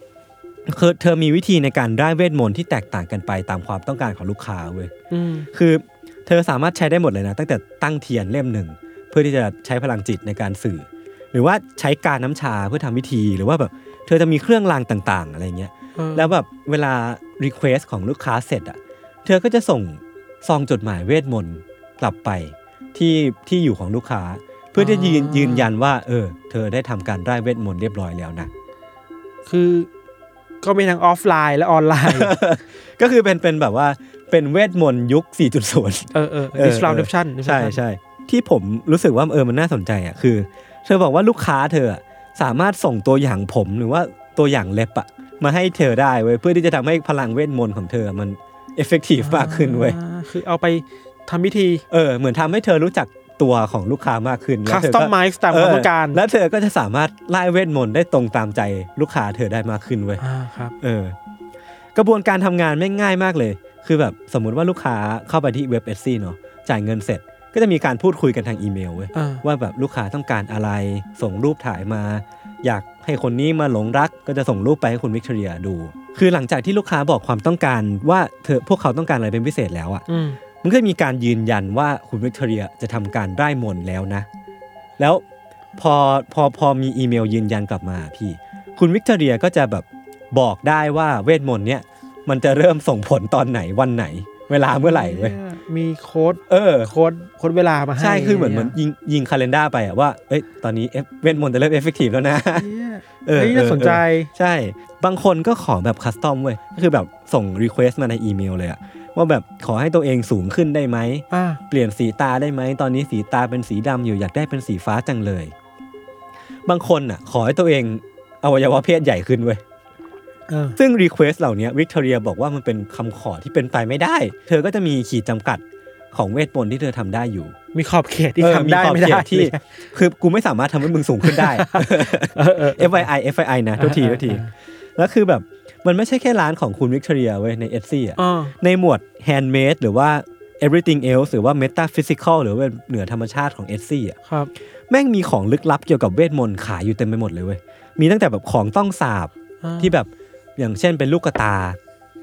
Speaker 2: คือเธอมีวิธีในการได้เวทมนต์ที่แตกต่างกันไปตามความต้องการของลูกค้าเว้ย
Speaker 3: อืม
Speaker 2: คือเธอสามารถใช้ได้หมดเลยนะ ตั้งแต่ตั้งเทียนเล่มหนึ่ง เพื่อที่จะใช้พลังจิตในการสื่อ หรือว่าใช้การน้ำชาเพื่อทำพิธีหรือว่าแบบเธอจะมีเครื่องรางต่างๆ อะไรเงี้ย
Speaker 3: เออ
Speaker 2: แล้วแบบเวลารีเควสของลูกค้าเสร็จอ่ะเธอก็จะส่งซองจดหมายเวทมนต์กลับไปที่ที่อยู่ของลูกค้า เพื่อที่จะยืนยืนยันว่าเออ เธอได้ทำการได้เวทมนต์เรียบร้อยแล้วนะ
Speaker 3: คือก็มีทั้งออฟไลน์และออนไลน์
Speaker 2: ก็คือเป็นเป็นแบบว่าเป็นเวทมนต์ยุค 4.0
Speaker 3: เออเออ
Speaker 2: เออ
Speaker 3: disruption
Speaker 2: ใช่ใช่ที่ผมรู้สึกว่าเออมันน่าสนใจอ่ะคือ เธอบอกว่าลูกค้าเธออะสามารถส่งตัวอย่างผมหรือว่าตัวอย่างเล็บอ่ะมาให้เธอได้เว้ยเพื่อที่จะทำให้พลังเวทมนต์ของเธอมัน เอฟเฟกตีฟมากขึ้นเว้ย
Speaker 3: อ่าคือเอาไปทำพิธี
Speaker 2: เออ เหมือนทำให้เธอรู้จักตัวของลูกค้ามากขึ้นแล้วเธอก็
Speaker 3: customize ตามความต้องการ
Speaker 2: เแล้วเธอก็จะสามารถไล่เวทมนต์ได้ตรงตามใจลูกค้าเธอได้มากขึ้นเว้ย
Speaker 3: อ่าครับ
Speaker 2: เออ กระบวนการทำงานไม่งง่ายมากเลย คือแบบสมมุติว่าลูกค้าเข้าไปที่เว็บเอซีเนาะ จ่ายเงินเสร็จ ก็จะมีการพูดคุยกันทางอีเมลเว้ย
Speaker 3: อ่า
Speaker 2: ว่าแบบลูกค้าต้องการอะไร ส่งรูปถ่ายมา อยากให้คนนี้มาหลงรัก ก็จะส่งรูปไปให้คุณวิกตอเรียดู คือหลังจากที่ลูกค้าบอกความต้องการว่าเธอพวกเขาต้องการอะไรเป็นพิเศษแล้วอะ
Speaker 3: อืม
Speaker 2: มันก็จะมีการยืนยันว่าคุณวิกตอเรียจะทำการไร้มนต์แล้วนะ แล้วพอพอพอมีอีเมลยืนยันกลับมาพี่ คุณวิกตอเรียก็จะแบบบอกได้ว่าเวทมนต์เนี้ยมันจะเริ่มส่งผลตอนไหนวันไหน เวลาเมื่อไหร่เว้ย
Speaker 3: มีโค้ด
Speaker 2: เออ
Speaker 3: โค้ดโค้ดเวลามาให้
Speaker 2: ใช่คือเหมือนเหมือน
Speaker 3: เ
Speaker 2: ยิงยิงคาล endar ไปอะว่าเอ้ยตอนนี้เอฟเวทมนต์จะเริ่มเอฟเฟกตีฟแล้วนะ
Speaker 3: นี่ย
Speaker 2: เออ
Speaker 3: เฮ้ยน่า
Speaker 2: เออ
Speaker 3: สนใจ
Speaker 2: เออ ใช่ บางคนก็ขอแบบคัสตอมเว้ยก็คือแบบส่งรีเควสต์มาในอีเมลเลยอะว่าแบบขอให้ตัวเองสูงขึ้นได้ไหม
Speaker 3: อ่า
Speaker 2: เปลี่ยนสีตาได้ไหม ตอนนี้สีตาเป็นสีดำอยู่อยากได้เป็นสีฟ้าจังเลย บางคนน่ะ ขอให้ตัวเองอวัยวะเพศใหญ่ขึ้นเว้ย
Speaker 3: เออ
Speaker 2: ซึ่งรีเควสเหล่านี้วิกตอเรียบอกว่ามันเป็นคำขอที่เป็นไปไม่ได้ เธอก็จะมีขีดจำกัดของเวทมนต์ที่เธอทำได้อยู่
Speaker 3: มีขอบเขตที่
Speaker 2: เออ
Speaker 3: ทำได้
Speaker 2: ขอบ
Speaker 3: ไม่
Speaker 2: เข
Speaker 3: ได้
Speaker 2: ตที่ คือกูไม่สามารถทำให้มึงสูงขึ้นได้
Speaker 3: เออเออเออ
Speaker 2: FYI FYI นะโทุกทีโทุกที แล้วคือแบบมันไม่ใช่แค่ร้านของคุณวิกตอเรียเว้ยในเอสซี่อ่ะ
Speaker 3: อ่า
Speaker 2: ในหมวด handmade หรือว่า everything else หรือว่า metaphysical หรือว่าเหนือธรรมชาติของ Etsy อ่ะ
Speaker 3: ครับ
Speaker 2: แม่งมีของลึกลับเกี่ยวกับเวทมนต์ขายอยู่เต็มไปหมดเลยเว้ย มีตั้งแต่แบบของต้องสาบ
Speaker 3: อ่า
Speaker 2: ที่แบบอย่างเช่นเป็นลูกตา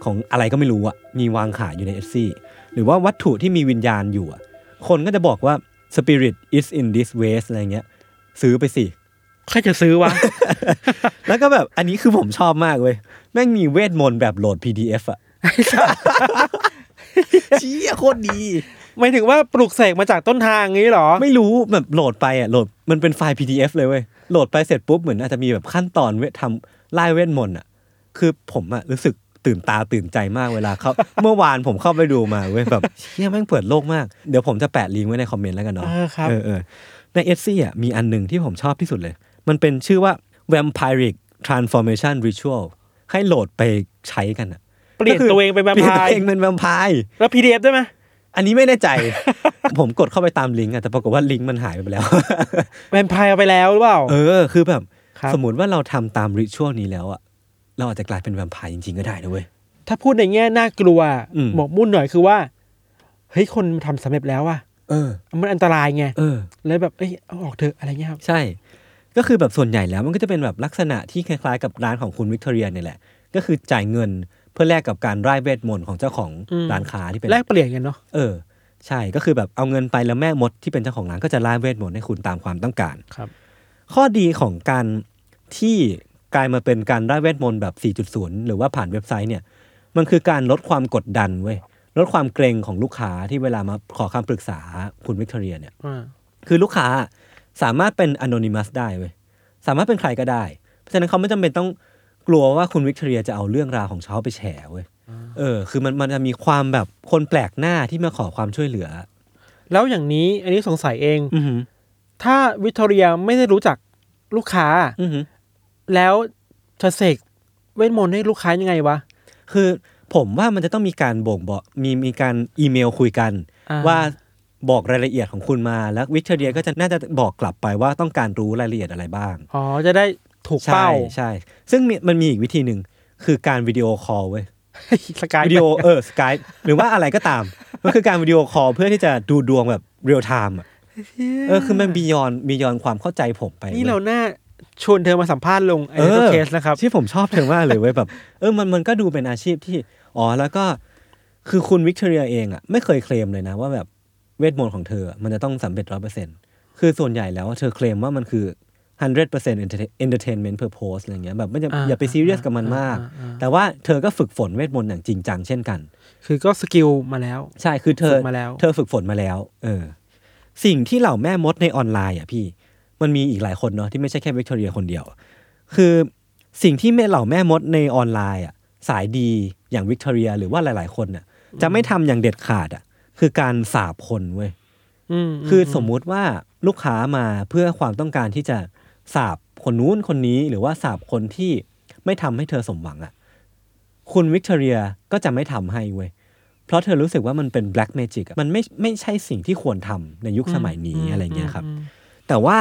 Speaker 2: ของอะไรก็ไม่รู้อ่ะ มีวางขายอยู่ใน Etsy หรือว่าวัตถุที่มีวิญญาณอยู่อ่ะ คนก็จะบอกว่า spirit is in this vase อะไรเงี้ย ซื้อไปสิ
Speaker 3: ใครจะซื้อ วะ
Speaker 2: แล้วก็แบบอันนี้คือผมชอบมากเว้ย แม่งมีเวทมนต์แบบโหลด PDF อ่ะ เชี่ยโคตรดี
Speaker 3: ไม่ถึงว่าปลูกเสกมาจากต้นทางงี้เหรอ
Speaker 2: ไม่รู้แบบโหลดไปอ่ะโหลดมันเป็นไฟล์ PDF เลยเว้ยโหลดไปเสร็จปุ๊บเหมือนอาจจะมีแบบขั้นตอนเวททำไล่เวทมนต์อ่ะ คือผมอ่ะรู้สึกตื่นตาตื่นใจมากเวลาเขา เมื่อวานผมเข้าไปดูมาเว้ยแบบเชี่ยแม่งเปิดโลกมาก เดี๋ยวผมจะแปะลิงก์ไว้ในคอมเมนต์แล้วกันเนาะ
Speaker 3: เออครับ
Speaker 2: เออเออในเอซี่อ่ะมีอันหนึ่งที่ผมชอบที่สุดเลย มันเป็นชื่อว่า vampiric transformation ritual ให้โหลดไปใช้กันอ่ะ
Speaker 3: เปลี่ยนตัวเองเป็นแวม
Speaker 2: เปลี่ยน
Speaker 3: ไพ
Speaker 2: ตัว
Speaker 3: ร์
Speaker 2: เองเป็นแวมไพร์
Speaker 3: แล้ว PDF ได้ไหม
Speaker 2: อันนี้ไม่แน่ ใจ ผมกดเข้าไปตามลิงก์อะแต่ปรากฏว่าลิงก์มันหายไปแล้ว
Speaker 3: แวมไพร์เอาไปแล้วหรือเปล่า
Speaker 2: เออ คือแบบ
Speaker 3: ครับ
Speaker 2: สมมติว่าเราทำตามริชวลนี้แล้วอะเราอาจจะกลายเป็นแวมไพร์จริงๆก็ได้นะเว้ย
Speaker 3: ถ้าพูดในแง่น่ากลัว
Speaker 2: อืม
Speaker 3: หมกมุ่นหน่อยคือว่าเฮ้ยคนทำสำเร็จแล้วอะ
Speaker 2: เออ
Speaker 3: มันอันตรายไง
Speaker 2: เออ
Speaker 3: เลยแบบเอ้ยเอาออกเถอะอะไรเงี้ยครับ
Speaker 2: ใช่ ก็คือแบบส่วนใหญ่แล้วมันก็จะเป็นแบบลักษณะที่คล้ายๆกับร้านของคุณวิกตอเรียเนี่ยแหละ ก็คือจ่ายเงินเพื่อแลกกับการไร้เวทมนต์ของเจ้าของ
Speaker 3: อืม
Speaker 2: ร้านค้าที่เป็น
Speaker 3: แลกเปลี่ยนกันเนาะ
Speaker 2: เออ ใช่ ก็คือแบบเอาเงินไปแล้วแม่มดที่เป็นเจ้าของร้านก็จะไล่เวทมนต์ให้คุณตามความต้องการ
Speaker 3: ครับ
Speaker 2: ข้อดีของการที่กลายมาเป็นการได้เวทมนต์แบบ 4.0 หรือว่าผ่านเว็บไซต์เนี่ย มันคือการลดความกดดันเว้ย ลดความเกรงของลูกค้าที่เวลามาขอคำปรึกษาคุณวิกตอเรียเนี่ย
Speaker 3: อ่า
Speaker 2: คือลูกค้าสามารถเป็นอน y นิมัสได้เว้ย สามารถเป็นใครก็ได้ เพราะฉะนั้นเขาไม่จำเป็นต้องกลัวว่าคุณวิกตอเรียจะเอาเรื่องราวของเขาไปแฉเว้ย เออ คือมันมันจะมีความแบบคนแปลกหน้าที่มาขอความช่วยเหลือ
Speaker 3: แล้วอย่างนี้อันนี้สงสัยเอง
Speaker 2: อือหือ
Speaker 3: ถ้าวิกตอเรียไม่ได้รู้จักลูกค้า
Speaker 2: อือหือ
Speaker 3: แล้วเธอเสกเวทมนต์ให้ลูกค้ายังไงวะ
Speaker 2: คือผมว่ามันจะต้องมีการบ่งบอกมีมีการอีเมลคุยกัน
Speaker 3: อ่า
Speaker 2: ว่าบอกรายละเอียดของคุณมาแล้ววิกตอเรียก็จะน่าจะบอกกลับไปว่าต้องการรู้รายละเอียดอะไรบ้าง
Speaker 3: อ๋อจะได้ถูก
Speaker 2: ใช่
Speaker 3: เป้า
Speaker 2: ใช่ ซึ่งมีมันมีอีกวิธีหนึ่งคือการวิดีโอคอลเว้ย
Speaker 3: สกาย
Speaker 2: วิดีโอเออสกายหรือว่าอะไรก็ ตาม มันคือการวิดีโอคอลเพื่อที่จะดูดวงแบบเรียลไทม์อ่ะเออคือมันบียอนบียอนความเข้าใจผมไป
Speaker 3: นี่
Speaker 2: ว้ย
Speaker 3: เราหน้าชวนเธอมาสัมภาษณ์ลงไอ้
Speaker 2: ออ
Speaker 3: เคสนะครับ
Speaker 2: ที่ผมชอบเธอมากเลยเว้ยแบบ เออมันมันก็ดูเป็นอาชีพที่ อ๋อแล้วก็คือคุณวิกตอเรียเองอ่ะไม่เคยเคลมเลยนะว่าแบบเวทมนต์ของเธออะมันจะต้องสำเร็จร้อยเปอร์เซ็นต์คือส่วนใหญ่แล้วอะเธอเคลมว่ามันคือ 100% entertainment purpose อะไรเงี้ยแบบไม่จะ
Speaker 3: อ่า
Speaker 2: อย่าไปซีเรียสกับมันมาก
Speaker 3: อ่าอ่า
Speaker 2: แต่ว่าเธอก็ฝึกฝนเวทมนต์อย่างจริงจังเช่นกัน
Speaker 3: คือก็สกิลมาแล้ว
Speaker 2: ใช่คือเธอ
Speaker 3: ฝึกมาแล้ว
Speaker 2: เธอฝึกฝนมาแล้ว เออ สิ่งที่เหล่าแม่มดในออนไลน์อ่ะพี่ มันมีอีกหลายคนเนาะที่ไม่ใช่แค่วิกตอเรียคนเดียว คือสิ่งที่แม่เหล่าแม่มดในออนไลน์อ่ะสายดีอย่างวิกตอเรียหรือว่าหลาย ๆ คนน่ะ จะไม่ทำอย่างเด็ดขาดอ่ะคือการสาบคนเว้ย
Speaker 3: อืม
Speaker 2: คือสมมุติว่าลูกค้ามาเพื่อความต้องการที่จะสาบคนนู้นคนนี้หรือว่าสาบคนที่ไม่ทำให้เธอสมหวังอ่ะ คุณวิกตอเรียก็จะไม่ทำให้เว้ย เพราะเธอรู้สึกว่ามันเป็น black magic อะมันไม่ไม่ใช่สิ่งที่ควรทำในยุคสมัยนี้อะไรเงี้ยครับ แต่ว่า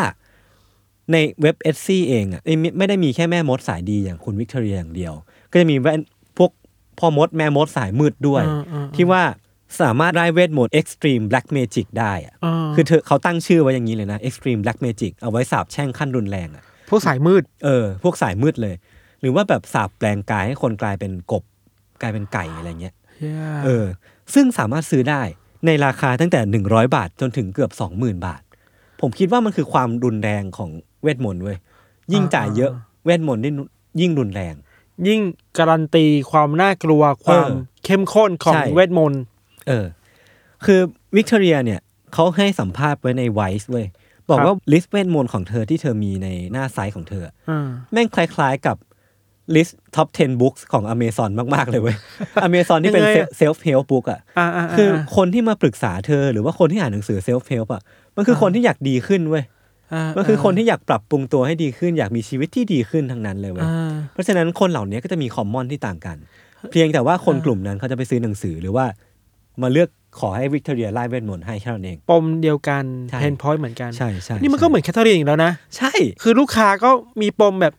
Speaker 2: ในเว็บเอซเองอ่ะไอ้ไม่ไม่ได้มีแค่แม่มดสายดีอย่างคุณวิกตอเรียอย่างเดียว ก็จะมีแว่นพวกพ่อมดแม่มดสายมืดด้วย
Speaker 3: อ่าอ่าอ่า
Speaker 2: ที่ว่าสามารถได้เวทมนต์ extreme black magic ได้อะคือเธอเขาตั้งชื่อไว้อย่างนี้เลยนะ extreme black magic เอาไว้สาบแช่งขั้นรุนแรงอ่ะ
Speaker 3: พวกสายมืด
Speaker 2: เออพวกสายมืดเลย หรือว่าแบบสาบแปลงกายให้คนกลายเป็นกบกลายเป็นไก่อะไรเงี้ย เออ ซึ่งสามารถซื้อได้ในราคาตั้งแต่ 100 บาทจนถึงเกือบ 20,000 บาท ผมคิดว่ามันคือความรุนแรงของเวทมนต์เว้ย ยิ่งจ่ายเยอะเวทมนต์นี่ยิ่งรุนแรง
Speaker 3: ยิ่งการันตีความน่ากลัวความ
Speaker 2: เออ
Speaker 3: เข้มข้นของ
Speaker 2: ใช่
Speaker 3: เวทมนต์
Speaker 2: เออ คือวิกตอเรียเนี่ยเขาให้สัมภาษณ์ไว้ในไวส์เว้ย บอกว่าลิสต์เวทมนต์ของเธอที่เธอมีในหน้าไซต์ของเธอ
Speaker 3: อ่า
Speaker 2: แม่งคล้ายๆกับลิสต์ท็อป 10 books ของ Amazon มากๆ เลยเว้ย Amazon ที่เป็นเซลฟ์เฮล book อะ
Speaker 3: อ่าาา
Speaker 2: คือคนที่มาปรึกษาเธอหรือว่าคนที่อ่านหนังสือเซลฟ์เ l ลอ่ะมันคือคนที่อยากดีขึ้นเว้ย
Speaker 3: า
Speaker 2: มันคือคนที่อยากปรับปรุงตัวให้ดีขึ้น อยากมีชีวิตที่ดีขึ้นทั้งนั้นเลยเว้ย
Speaker 3: อ่า
Speaker 2: เพราะฉะนั้นคนเหล่านี้ก็จะมีคอมมอนที่ต่างกัน เพียงแต่ว่าคนกลุ่มนั้นเขาจะไปซื้อหนังสือหรือว่า มาเลือกขอให้วิกตอเรียไล่เวทมนต์ให้แค่นั้นเอง
Speaker 3: ปมเดียวกัน
Speaker 2: ใช่
Speaker 3: เพนพอยต์เหมือนกัน
Speaker 2: ใช่ใช่
Speaker 3: นี่มันก็เหมือนแคทเธอรีนอีกแล้วนะ
Speaker 2: ใช่
Speaker 3: คือลูกค้าก็มีปมแบบ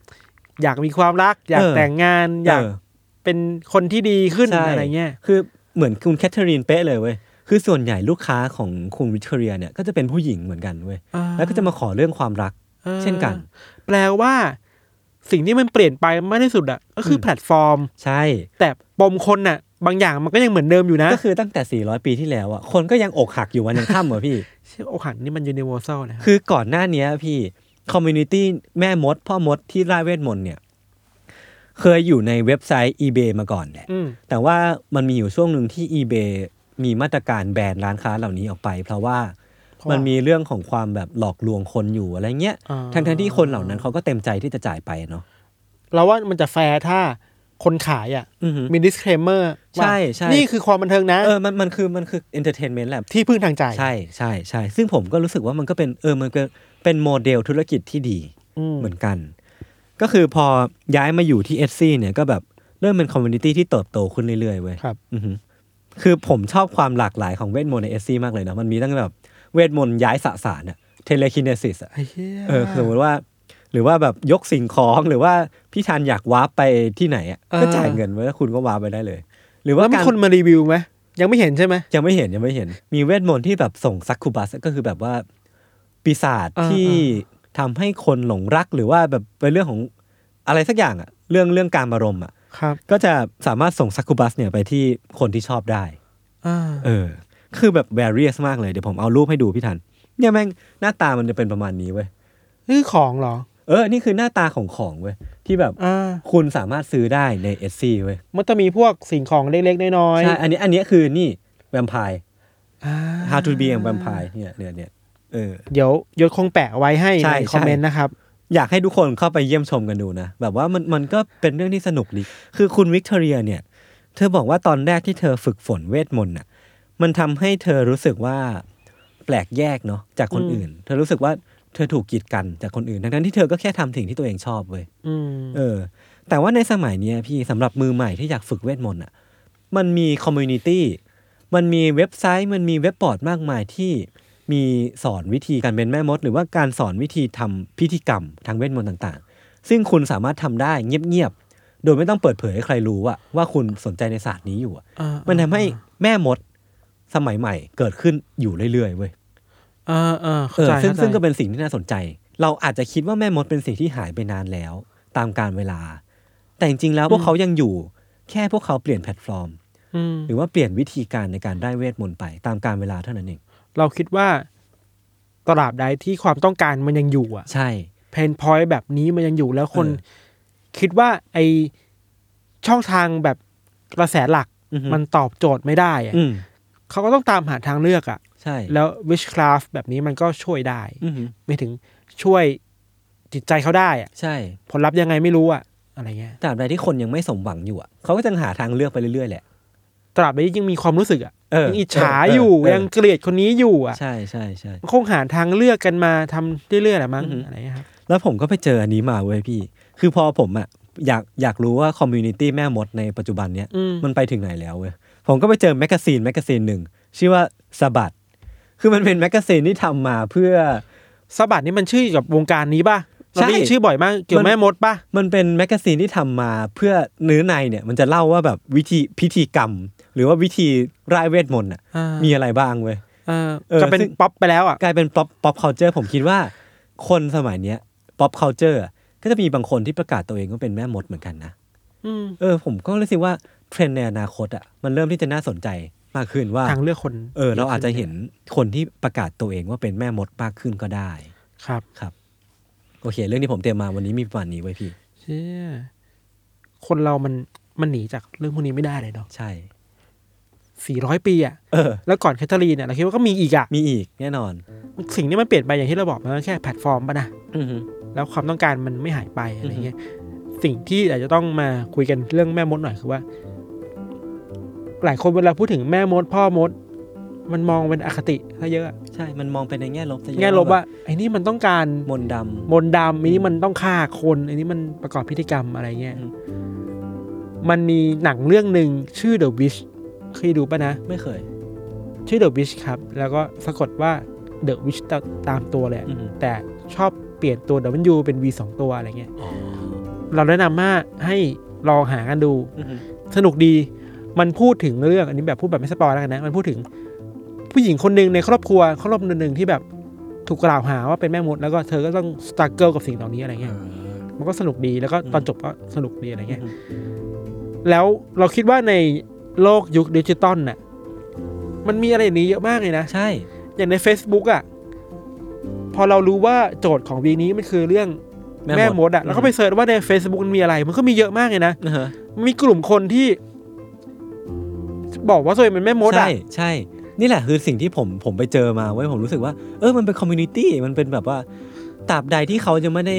Speaker 3: อยากมีความรัก อยากแต่งงาน อยาก
Speaker 2: เ
Speaker 3: เป็นคนที่ดีขึ้น
Speaker 2: ใช่
Speaker 3: อะไรเงี้ย
Speaker 2: คือเหมือนคุณแคทเธอรีนเป๊ะเลยเว้ยคือส่วนใหญ่ลูกค้าของคุณวิกตอเรียเนี่ยก็จะเป็นผู้หญิงเหมือนกันเว้ยแล้วก็จะมาขอเรื่องความรัก
Speaker 3: ออ
Speaker 2: เช่นกัน
Speaker 3: แปลว่าสิ่งที่มันเปลี่ยนไปมากที่สุดอ่ะก็คืออ
Speaker 2: ม
Speaker 3: แพลตฟอร์ม
Speaker 2: ใช่
Speaker 3: แต่ปมคนน่ะ บางอย่างมันก็ยังเหมือนเดิมอยู่นะ
Speaker 2: ก็คือตั้งแต่ 400 ปีที่แล้วอ่ะ คนก็ยังอกหักอยู่วันยังค่ำเหรอพี่
Speaker 3: เชี่ยโอหันนี่มันยูนิเวอร์แซลนะครับ
Speaker 2: คือก่อนหน้าเนี้ยพี่ คอมมูนิตี้แม่มด พ่อมดที่ไร่เวทมนต์เนี่ย เคยอยู่ในเว็บไซต์ eBay มาก่อนแหละ
Speaker 3: อืม
Speaker 2: แต่ว่ามันมีอยู่ช่วงหนึ่งที่ eBay มีมาตรการแบนร้านค้าเหล่านี้ออกไป เพราะว่ามันมีเรื่องของความแบบหลอกลวงคนอยู่อะไรเงี้ย
Speaker 3: อ่า
Speaker 2: ทั้งทั้งๆที่คนเหล่านั้นเขาก็เต็มใจที่จะจ่ายไปเนาะ
Speaker 3: เราว่ามันจะแฟร์ถ้าคนขายอ่ะ
Speaker 2: อือฮึ
Speaker 3: มี disclaimer ว่า
Speaker 2: ใช่ใช่
Speaker 3: นี่คือความบันเทิงนะ
Speaker 2: เออ มันมันคือมันคือ entertainment แหละ
Speaker 3: ที่พึ่งทางใจ
Speaker 2: ใช่ใช่ใช่ ซึ่งผมก็รู้สึกว่ามันก็เป็นเออมันก็เป็นโมเดลธุรกิจที่ดี
Speaker 3: อืม
Speaker 2: เหมือนกัน ก็คือพอย้ายมาอยู่ที่เอซีเนี่ยก็แบบเริ่มเป็นคอมมูนิตี้ที่เติบโตขึ้นเรื่อยๆเว้ย
Speaker 3: ครับ
Speaker 2: อือหือคือผมชอบความหลากหลายของเวทมนต์ในเอซีมากเลยนะ มันมีตั้งแต่แบบเวทมนต์ย้ายสสารอะเทเลคินเนซิสอะ
Speaker 3: ไอ้เหี้ย
Speaker 2: เออสมมติว่า หรือว่าแบบยกสิ่งของหรือว่าพี่ธันอยากวาร์ปไปที่ไหนอะก็จ่ายเงินไว้แล้วคุณก็วาร์ปไปได้เลย หรือว่า
Speaker 3: แล้วมี
Speaker 2: การ
Speaker 3: คนมารีวิวไหมยังไม่เห็นใช่ไหม
Speaker 2: ยังไม่เห็นยังไม่เห็น มีเวทมนต์ที่แบบส่งซักคุบัสก็คือแบบว่าปีศาจ
Speaker 3: อ่า
Speaker 2: ที่ทำให้คนหลงรักหรือว่าแบบเป็นเรื่องของอะไรสักอย่างอะเรื่องเรื่องการอารมณ์อะ
Speaker 3: ครับ
Speaker 2: ก็จะสามารถส่งซักคุบัสเนี่ยไปที่คนที่ชอบได้
Speaker 3: อ่า
Speaker 2: เออ คือแบบแวรี o u s มากเลยเดี๋ยวผมเอารูปให้ดูพี่ทัน เนี่ยแม่งหน้าตามันจะเป็นประมาณนี้เว้ย
Speaker 3: นี่คือของเหรอ
Speaker 2: เออนี่คือหน้าตาของของเว้ยที่แบบ
Speaker 3: อ่า
Speaker 2: คุณสามารถซื้อได้ในเอซีเว้ย
Speaker 3: มันจะมีพวกสิ่งของเล็กๆน้อย
Speaker 2: ใช่อันนี้อันนี้คือนี่แวมไพร์
Speaker 3: ๆอ่า
Speaker 2: how to be a vampire เนี่ยเนี่ยเนี่ยเออ
Speaker 3: เดี๋ยวยศคงแปะไว้ให้
Speaker 2: ใช่
Speaker 3: ในคอมเมนต์
Speaker 2: ใช่
Speaker 3: นะครับ
Speaker 2: อยากให้ทุกคนเข้าไปเยี่ยมชมกันดูนะ แบบว่ามันมันก็เป็นเรื่องที่สนุกดีคือคุณวิกตอเรียเนี่ย เธอบอกว่าตอนแรกที่เธอฝึกฝนเวทมนต์น่ะ มันทำให้เธอรู้สึกว่าแปลกแยกเนาะจากคน
Speaker 3: อืม
Speaker 2: อื่น เธอรู้สึกว่าเธอถูกกีดกันจากคนอื่น ทั้งนั้นที่เธอก็แค่ทำสิ่งที่ตัวเองชอบเว้ย
Speaker 3: อืม
Speaker 2: เออ แต่ว่าในสมัยเนี้ยพี่สำหรับมือใหม่ที่อยากฝึกเวทมนต์อ่ะ มันมีคอมมูนิตี้ มันมีเว็บไซต์ มันมีเว็บบอร์ดมากมายที่มีสอนวิธีการเป็นแม่มด หรือว่าการสอนวิธีทำพิธีกรรมทางเวทมนต์ต่างๆ ซึ่งคุณสามารถทำได้เงียบๆ โดยไม่ต้องเปิดเผยให้ใครรู้อะว่าคุณสนใจในศาสตร์นี้อยู่อะ
Speaker 3: อ่า
Speaker 2: มันทำให้แม่มดสมัยใหม่เกิดขึ้นอยู่เรื่อยๆเว้ย
Speaker 3: อ่าอ่า
Speaker 2: เอ
Speaker 3: เข้า
Speaker 2: อ
Speaker 3: ใจ
Speaker 2: ซึ่ง
Speaker 3: เข้าใจ
Speaker 2: ซึ่งก็เป็นสิ่งที่น่าสนใจ เราอาจจะคิดว่าแม่มดเป็นสิ่งที่หายไปนานแล้ว ตามการเวลา แต่จริงๆแล้วพวกเขายังอยู่ แค่พวกเขาเปลี่ยนแพลตฟอร์ม
Speaker 3: อืม
Speaker 2: หรือว่าเปลี่ยนวิธีการในการได้เวทมนต์ไปตามการเวลาเท่านั้นเอง
Speaker 3: เราคิดว่าตลาดใดที่ความต้องการมันยังอยู่อ่ะ
Speaker 2: ใช่
Speaker 3: เพนพอยต์แบบนี้มันยังอยู่แล้วคน
Speaker 2: เออ
Speaker 3: คิดว่าไอช่องทางแบบกระแสหลัก
Speaker 2: อือฮึ
Speaker 3: มันตอบโจทย์ไม่ได้อะ
Speaker 2: อืม
Speaker 3: เขาก็ต้องตามหาทางเลือกอะ่ะ
Speaker 2: ใช่
Speaker 3: แล้ววิชคราฟแบบนี้มันก็ช่วยได้
Speaker 2: อือหือ
Speaker 3: ไม่ถึงช่วยจิตใจเขาได้อะ่ะ
Speaker 2: ใช่
Speaker 3: ผลลัพธ์ยังไงไม่รู้อะ่ะ อะไรเงี้ย
Speaker 2: ตราบใดที่คนยังไม่สมหวังอยู่อะเขาก็จะหาทางเลือกไปเรื่อยๆแหละ
Speaker 3: ตราบใดที่ยังมีความรู้สึกอะ
Speaker 2: เออ่
Speaker 3: ะยังอิจฉา
Speaker 2: เออเออ
Speaker 3: อ
Speaker 2: อยู่ เออ
Speaker 3: ยังเกลียดคนนี้อยู่อะ่ะ
Speaker 2: ใช่ใช่ใช่
Speaker 3: มันคงหาทางเลือกกันมาทำเรื่อยๆแหละมั้ง
Speaker 2: อือฮึ
Speaker 3: อะไรเงี้ยครับ
Speaker 2: แล้วผมก็ไปเจออันนี้มาเว้ยพี่ คือพอผมอะอยากอยากรู้ว่าคอมมูนิตี้แม่มดในปัจจุบันเนี้ย
Speaker 3: อืม
Speaker 2: มันไปถึงไหนแล้วเว้ย ผมก็ไปเจอแมกกาซีนแมกกาซีนหนึ่งชื่อว่าสะบัด คือมันเป็นแมกกาซีนที่ทำมาเพื่อ
Speaker 3: สะบัดนี่มันชื่อเกี่ยวกับวงการนี้ป่ะเรา
Speaker 2: ใช่
Speaker 3: ได้ยินชื่อบ่อยมากเกี่ยวกับ
Speaker 2: มัน
Speaker 3: แม่มดป่ะ
Speaker 2: มันเป็นแมกกาซีนที่ทำมาเพื่อเนื้อในเนี่ย มันจะเล่าว่าแบบวิธีพิธีกรรม หรือว่าวิธีร่ายเวทมนต์อ่ะ
Speaker 3: อ่ามี
Speaker 2: มีอะไรบ้างเว้ย
Speaker 3: เออ
Speaker 2: เออ
Speaker 3: จะเป็น
Speaker 2: ซึ่ง
Speaker 3: ป๊อปไปแล้วอ่ะ
Speaker 2: กลายเป็น pop pop culture ผมคิดว่า คนสมัยเนี้ย pop culture อะก็จะมีบางคนที่ประกาศตัวเองว่าเป็นแม่มดเหมือนกันนะ
Speaker 3: อืม
Speaker 2: เออผมก็รู้สึกว่าเทรนด์ในอนาคตอ่ะมันเริ่มที่จะน่าสนใจมากขึ้นว่า
Speaker 3: ทางเลือกคน
Speaker 2: เออ เราอาจจะเห็นคนที่ประกาศตัวเองว่าเป็นแม่มดมากขึ้นก็ได้
Speaker 3: ครับ
Speaker 2: โอเค เรื่องที่ผมเตรียมมาวันนี้มีประมาณนี้ไว้ยพี่
Speaker 3: เชี่ยคนเรามันมันหนีจากเรื่องพวกนี้ไม่ได้เลยเนาะ
Speaker 2: ใช่
Speaker 3: สี่ร้อยปีอ่ะ
Speaker 2: เออ
Speaker 3: แล้วก่อนแคทเธอรีนเนี่ยเราคิดว่าก็มีอีกอ่ะ
Speaker 2: มีอีกแน่นอน
Speaker 3: สิ่งนี้มันเปลี่ยนไปอย่างที่เราบอกมันก็แค่แพลตฟอร์มปะนะ
Speaker 2: อือฮึ
Speaker 3: แล้วความต้องการมันไม่หายไปอะไรเงี้ย สิ่งที่อาจจะต้องมาคุยกันเรื่องแม่มดหน่อยคือว่า หลายคนเวลาพูดถึงแม่มด พ่อมด มันมองเป็นอคติซะเยอะอะ
Speaker 2: ใช่ มันมองไปในแง่ลบซะเยอะ
Speaker 3: แง่ลบว่า
Speaker 2: แ
Speaker 3: ไอ้นี่มันต้องการ
Speaker 2: บบมนต์ดำ
Speaker 3: มนต์ดำไอันนี้มันต้องฆ่าคนไอันนี้มันประกอบพิธีกรรมอะไรเงี้ย
Speaker 2: อืม
Speaker 3: มันมีหนังเรื่องหนึ่งชื่อ The Witch เคยดูปะนะ
Speaker 2: ไม่เคย
Speaker 3: ชื่อ The Witch ครับ แล้วก็สะกดว่า The Witch ตตามตัวเลยอะ
Speaker 2: อือหือ
Speaker 3: แต่ชอบเปลี่ยนตัว W เป็น V สองตัวอะไรเงี้ย เราแนะนำว่าให้ลองหากันดู
Speaker 2: อือฮึ
Speaker 3: สนุกดี มันพูดถึงเรื่องอันนี้แบบพูดแบบไม่สปอยแล้วกันนะ มันพูดถึงผู้หญิงคนหนึ่งในครอบครัวครอบครัวหนึ่งที่แบบถูกกล่าวหาว่าเป็นแม่มด แล้วก็เธอก็ต้องสตรั๊กเกิลกับสิ่งเหล่านี้อะไรเงี้ย มันก็สนุกดีแล้วก็ตอนจบก็สนุกดีอะไรเงี้ย แล้วเราคิดว่าในโลกยุคดิจิตอลน่ะ มันมีอะไรอย่างนี้เยอะมากเลยนะ
Speaker 2: ใช่
Speaker 3: อย่างใน Facebook อ่ะ พอเรารู้ว่าโจทย์ของวีนี้มันคือเรื่อง
Speaker 2: แม่
Speaker 3: แม่
Speaker 2: ม
Speaker 3: ม
Speaker 2: ด
Speaker 3: ดอ่ะ แล้วก็ไปเสิร์ชว่าใน Facebook มันมีอะไร มันก็มีเยอะมากเลยนะ
Speaker 2: อือฮะ
Speaker 3: มีกลุ่มคนที่ บอกว่าตัวเองเป็นแม่มด
Speaker 2: ใช่
Speaker 3: อ่ะ
Speaker 2: ใช่ นี่แหละคือสิ่งที่ผมผมไปเจอมาไว้ยผมรู้สึกว่า เออ มันเป็นคอมมูนิตี้ มันเป็นแบบว่าตราบใดที่เขายังไม่ได้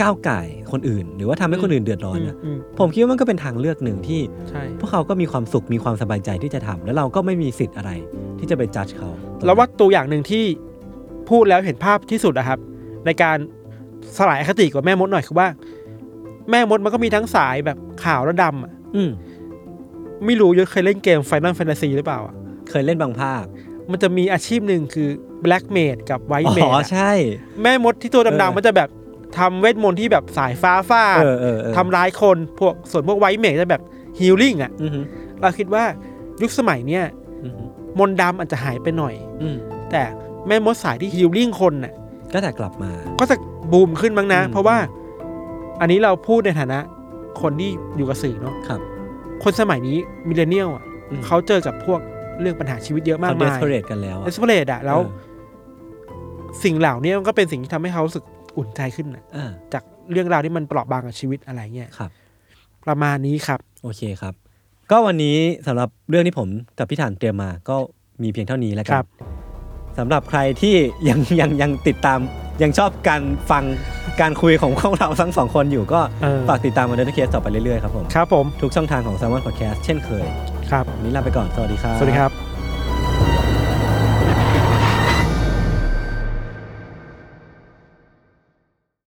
Speaker 2: ก้าวไก่ายคนอื่น หรือว่าทำให้คนอื่นเดือดร้อนนะ
Speaker 3: อืม
Speaker 2: ผมคิดว่ามันก็เป็นทางเลือกหนึ่งที่
Speaker 3: ๆใช่
Speaker 2: พวกเขาก็มีความสุขมีความสบายใจที่จะทำแล้วเราก็ไม่มีสิทธิ์อะไร ที่จะไปจัดเขา
Speaker 3: แล้วว่าตัวอย่างหนึ่งที่พูดแล้วเห็นภาพที่สุดนะครับ ในการสลายอคติกับแม่มดหน่อยคือว่า แม่มดมันก็มีทั้งสายแบบขาวและดำอ่ะ
Speaker 2: อืม
Speaker 3: ไม่รู้ยศเคยเล่นเกม Final Fantasy หรือเปล่าอ่ะ
Speaker 2: เคยเล่นบางภาค
Speaker 3: มันจะมีอาชีพหนึ่งคือ Black Maid กับ White
Speaker 2: อ๋
Speaker 3: Maid
Speaker 2: อ
Speaker 3: อะ
Speaker 2: ใช่
Speaker 3: แม่มดที่ตัว
Speaker 2: เออ
Speaker 3: ดำๆมันจะแบบทำเวทมนต์ที่แบบสายฟ้าฟาด
Speaker 2: เออเออเออ
Speaker 3: ทำร้ายคน พวกส่วนพวก White Maid จะแบบฮีลลิ่งอ่ะ
Speaker 2: อือฮึ
Speaker 3: เราคิดว่ายุคสมัยเนี้ย
Speaker 2: อือฮึ
Speaker 3: มนต์ดำอาจจะหายไปหน่อย
Speaker 2: อืม
Speaker 3: แต่แม่มดสายที่ฮีลลิ่งคนน่ะ
Speaker 2: ก็แต่กลับมา
Speaker 3: ก็จะบูมขึ้นบ้างนะ
Speaker 2: อืม
Speaker 3: เพราะว่าอันนี้เราพูดในฐานะ คนที่อยู่กับสื่อเนาะ
Speaker 2: ครับ
Speaker 3: คนสมัยนี้มิเลเนียลอ่ะ
Speaker 2: อืม
Speaker 3: เขาเจอกับพวกเรื่องปัญหาชีวิตเยอะมาก
Speaker 2: เขาเด
Speaker 3: มา
Speaker 2: ส
Speaker 3: ย
Speaker 2: เพรสกันแล้วอะ
Speaker 3: เอสเปรดอะแล้ว สิ่งเหล่านี้มันก็เป็นสิ่งที่ทำให้เขารู้สึกอุ่นใจขึ้นนะ
Speaker 2: เอออ่า
Speaker 3: จากเรื่องราวที่มันเปราะบางกับชีวิตอะไรเงี้ย
Speaker 2: ครับ
Speaker 3: ประมาณนี้ครับ
Speaker 2: โอเคครับ ก็วันนี้สำหรับเรื่องที่ผมกับพี่ฐานเตรียมมา ก็มีเพียงเท่านี้แล้วกั
Speaker 3: ครั
Speaker 2: น
Speaker 3: บ
Speaker 2: สำหรับใครที่ยัง ยังยังติดตามยังชอบการฟังการคุยของพวกเราทั้งสองคนอยู่ก็
Speaker 3: เออ
Speaker 2: ฝากติดตามมาเดนเคสต่อไปเรื่อยๆครับผม
Speaker 3: ครับผม
Speaker 2: ทุกช่องทางของ s ซ m o n Podcast เช่นเคย
Speaker 3: ครับ
Speaker 2: วันนี้ลาไปก่อน สวัสดีครับ
Speaker 3: สวัสดีครับ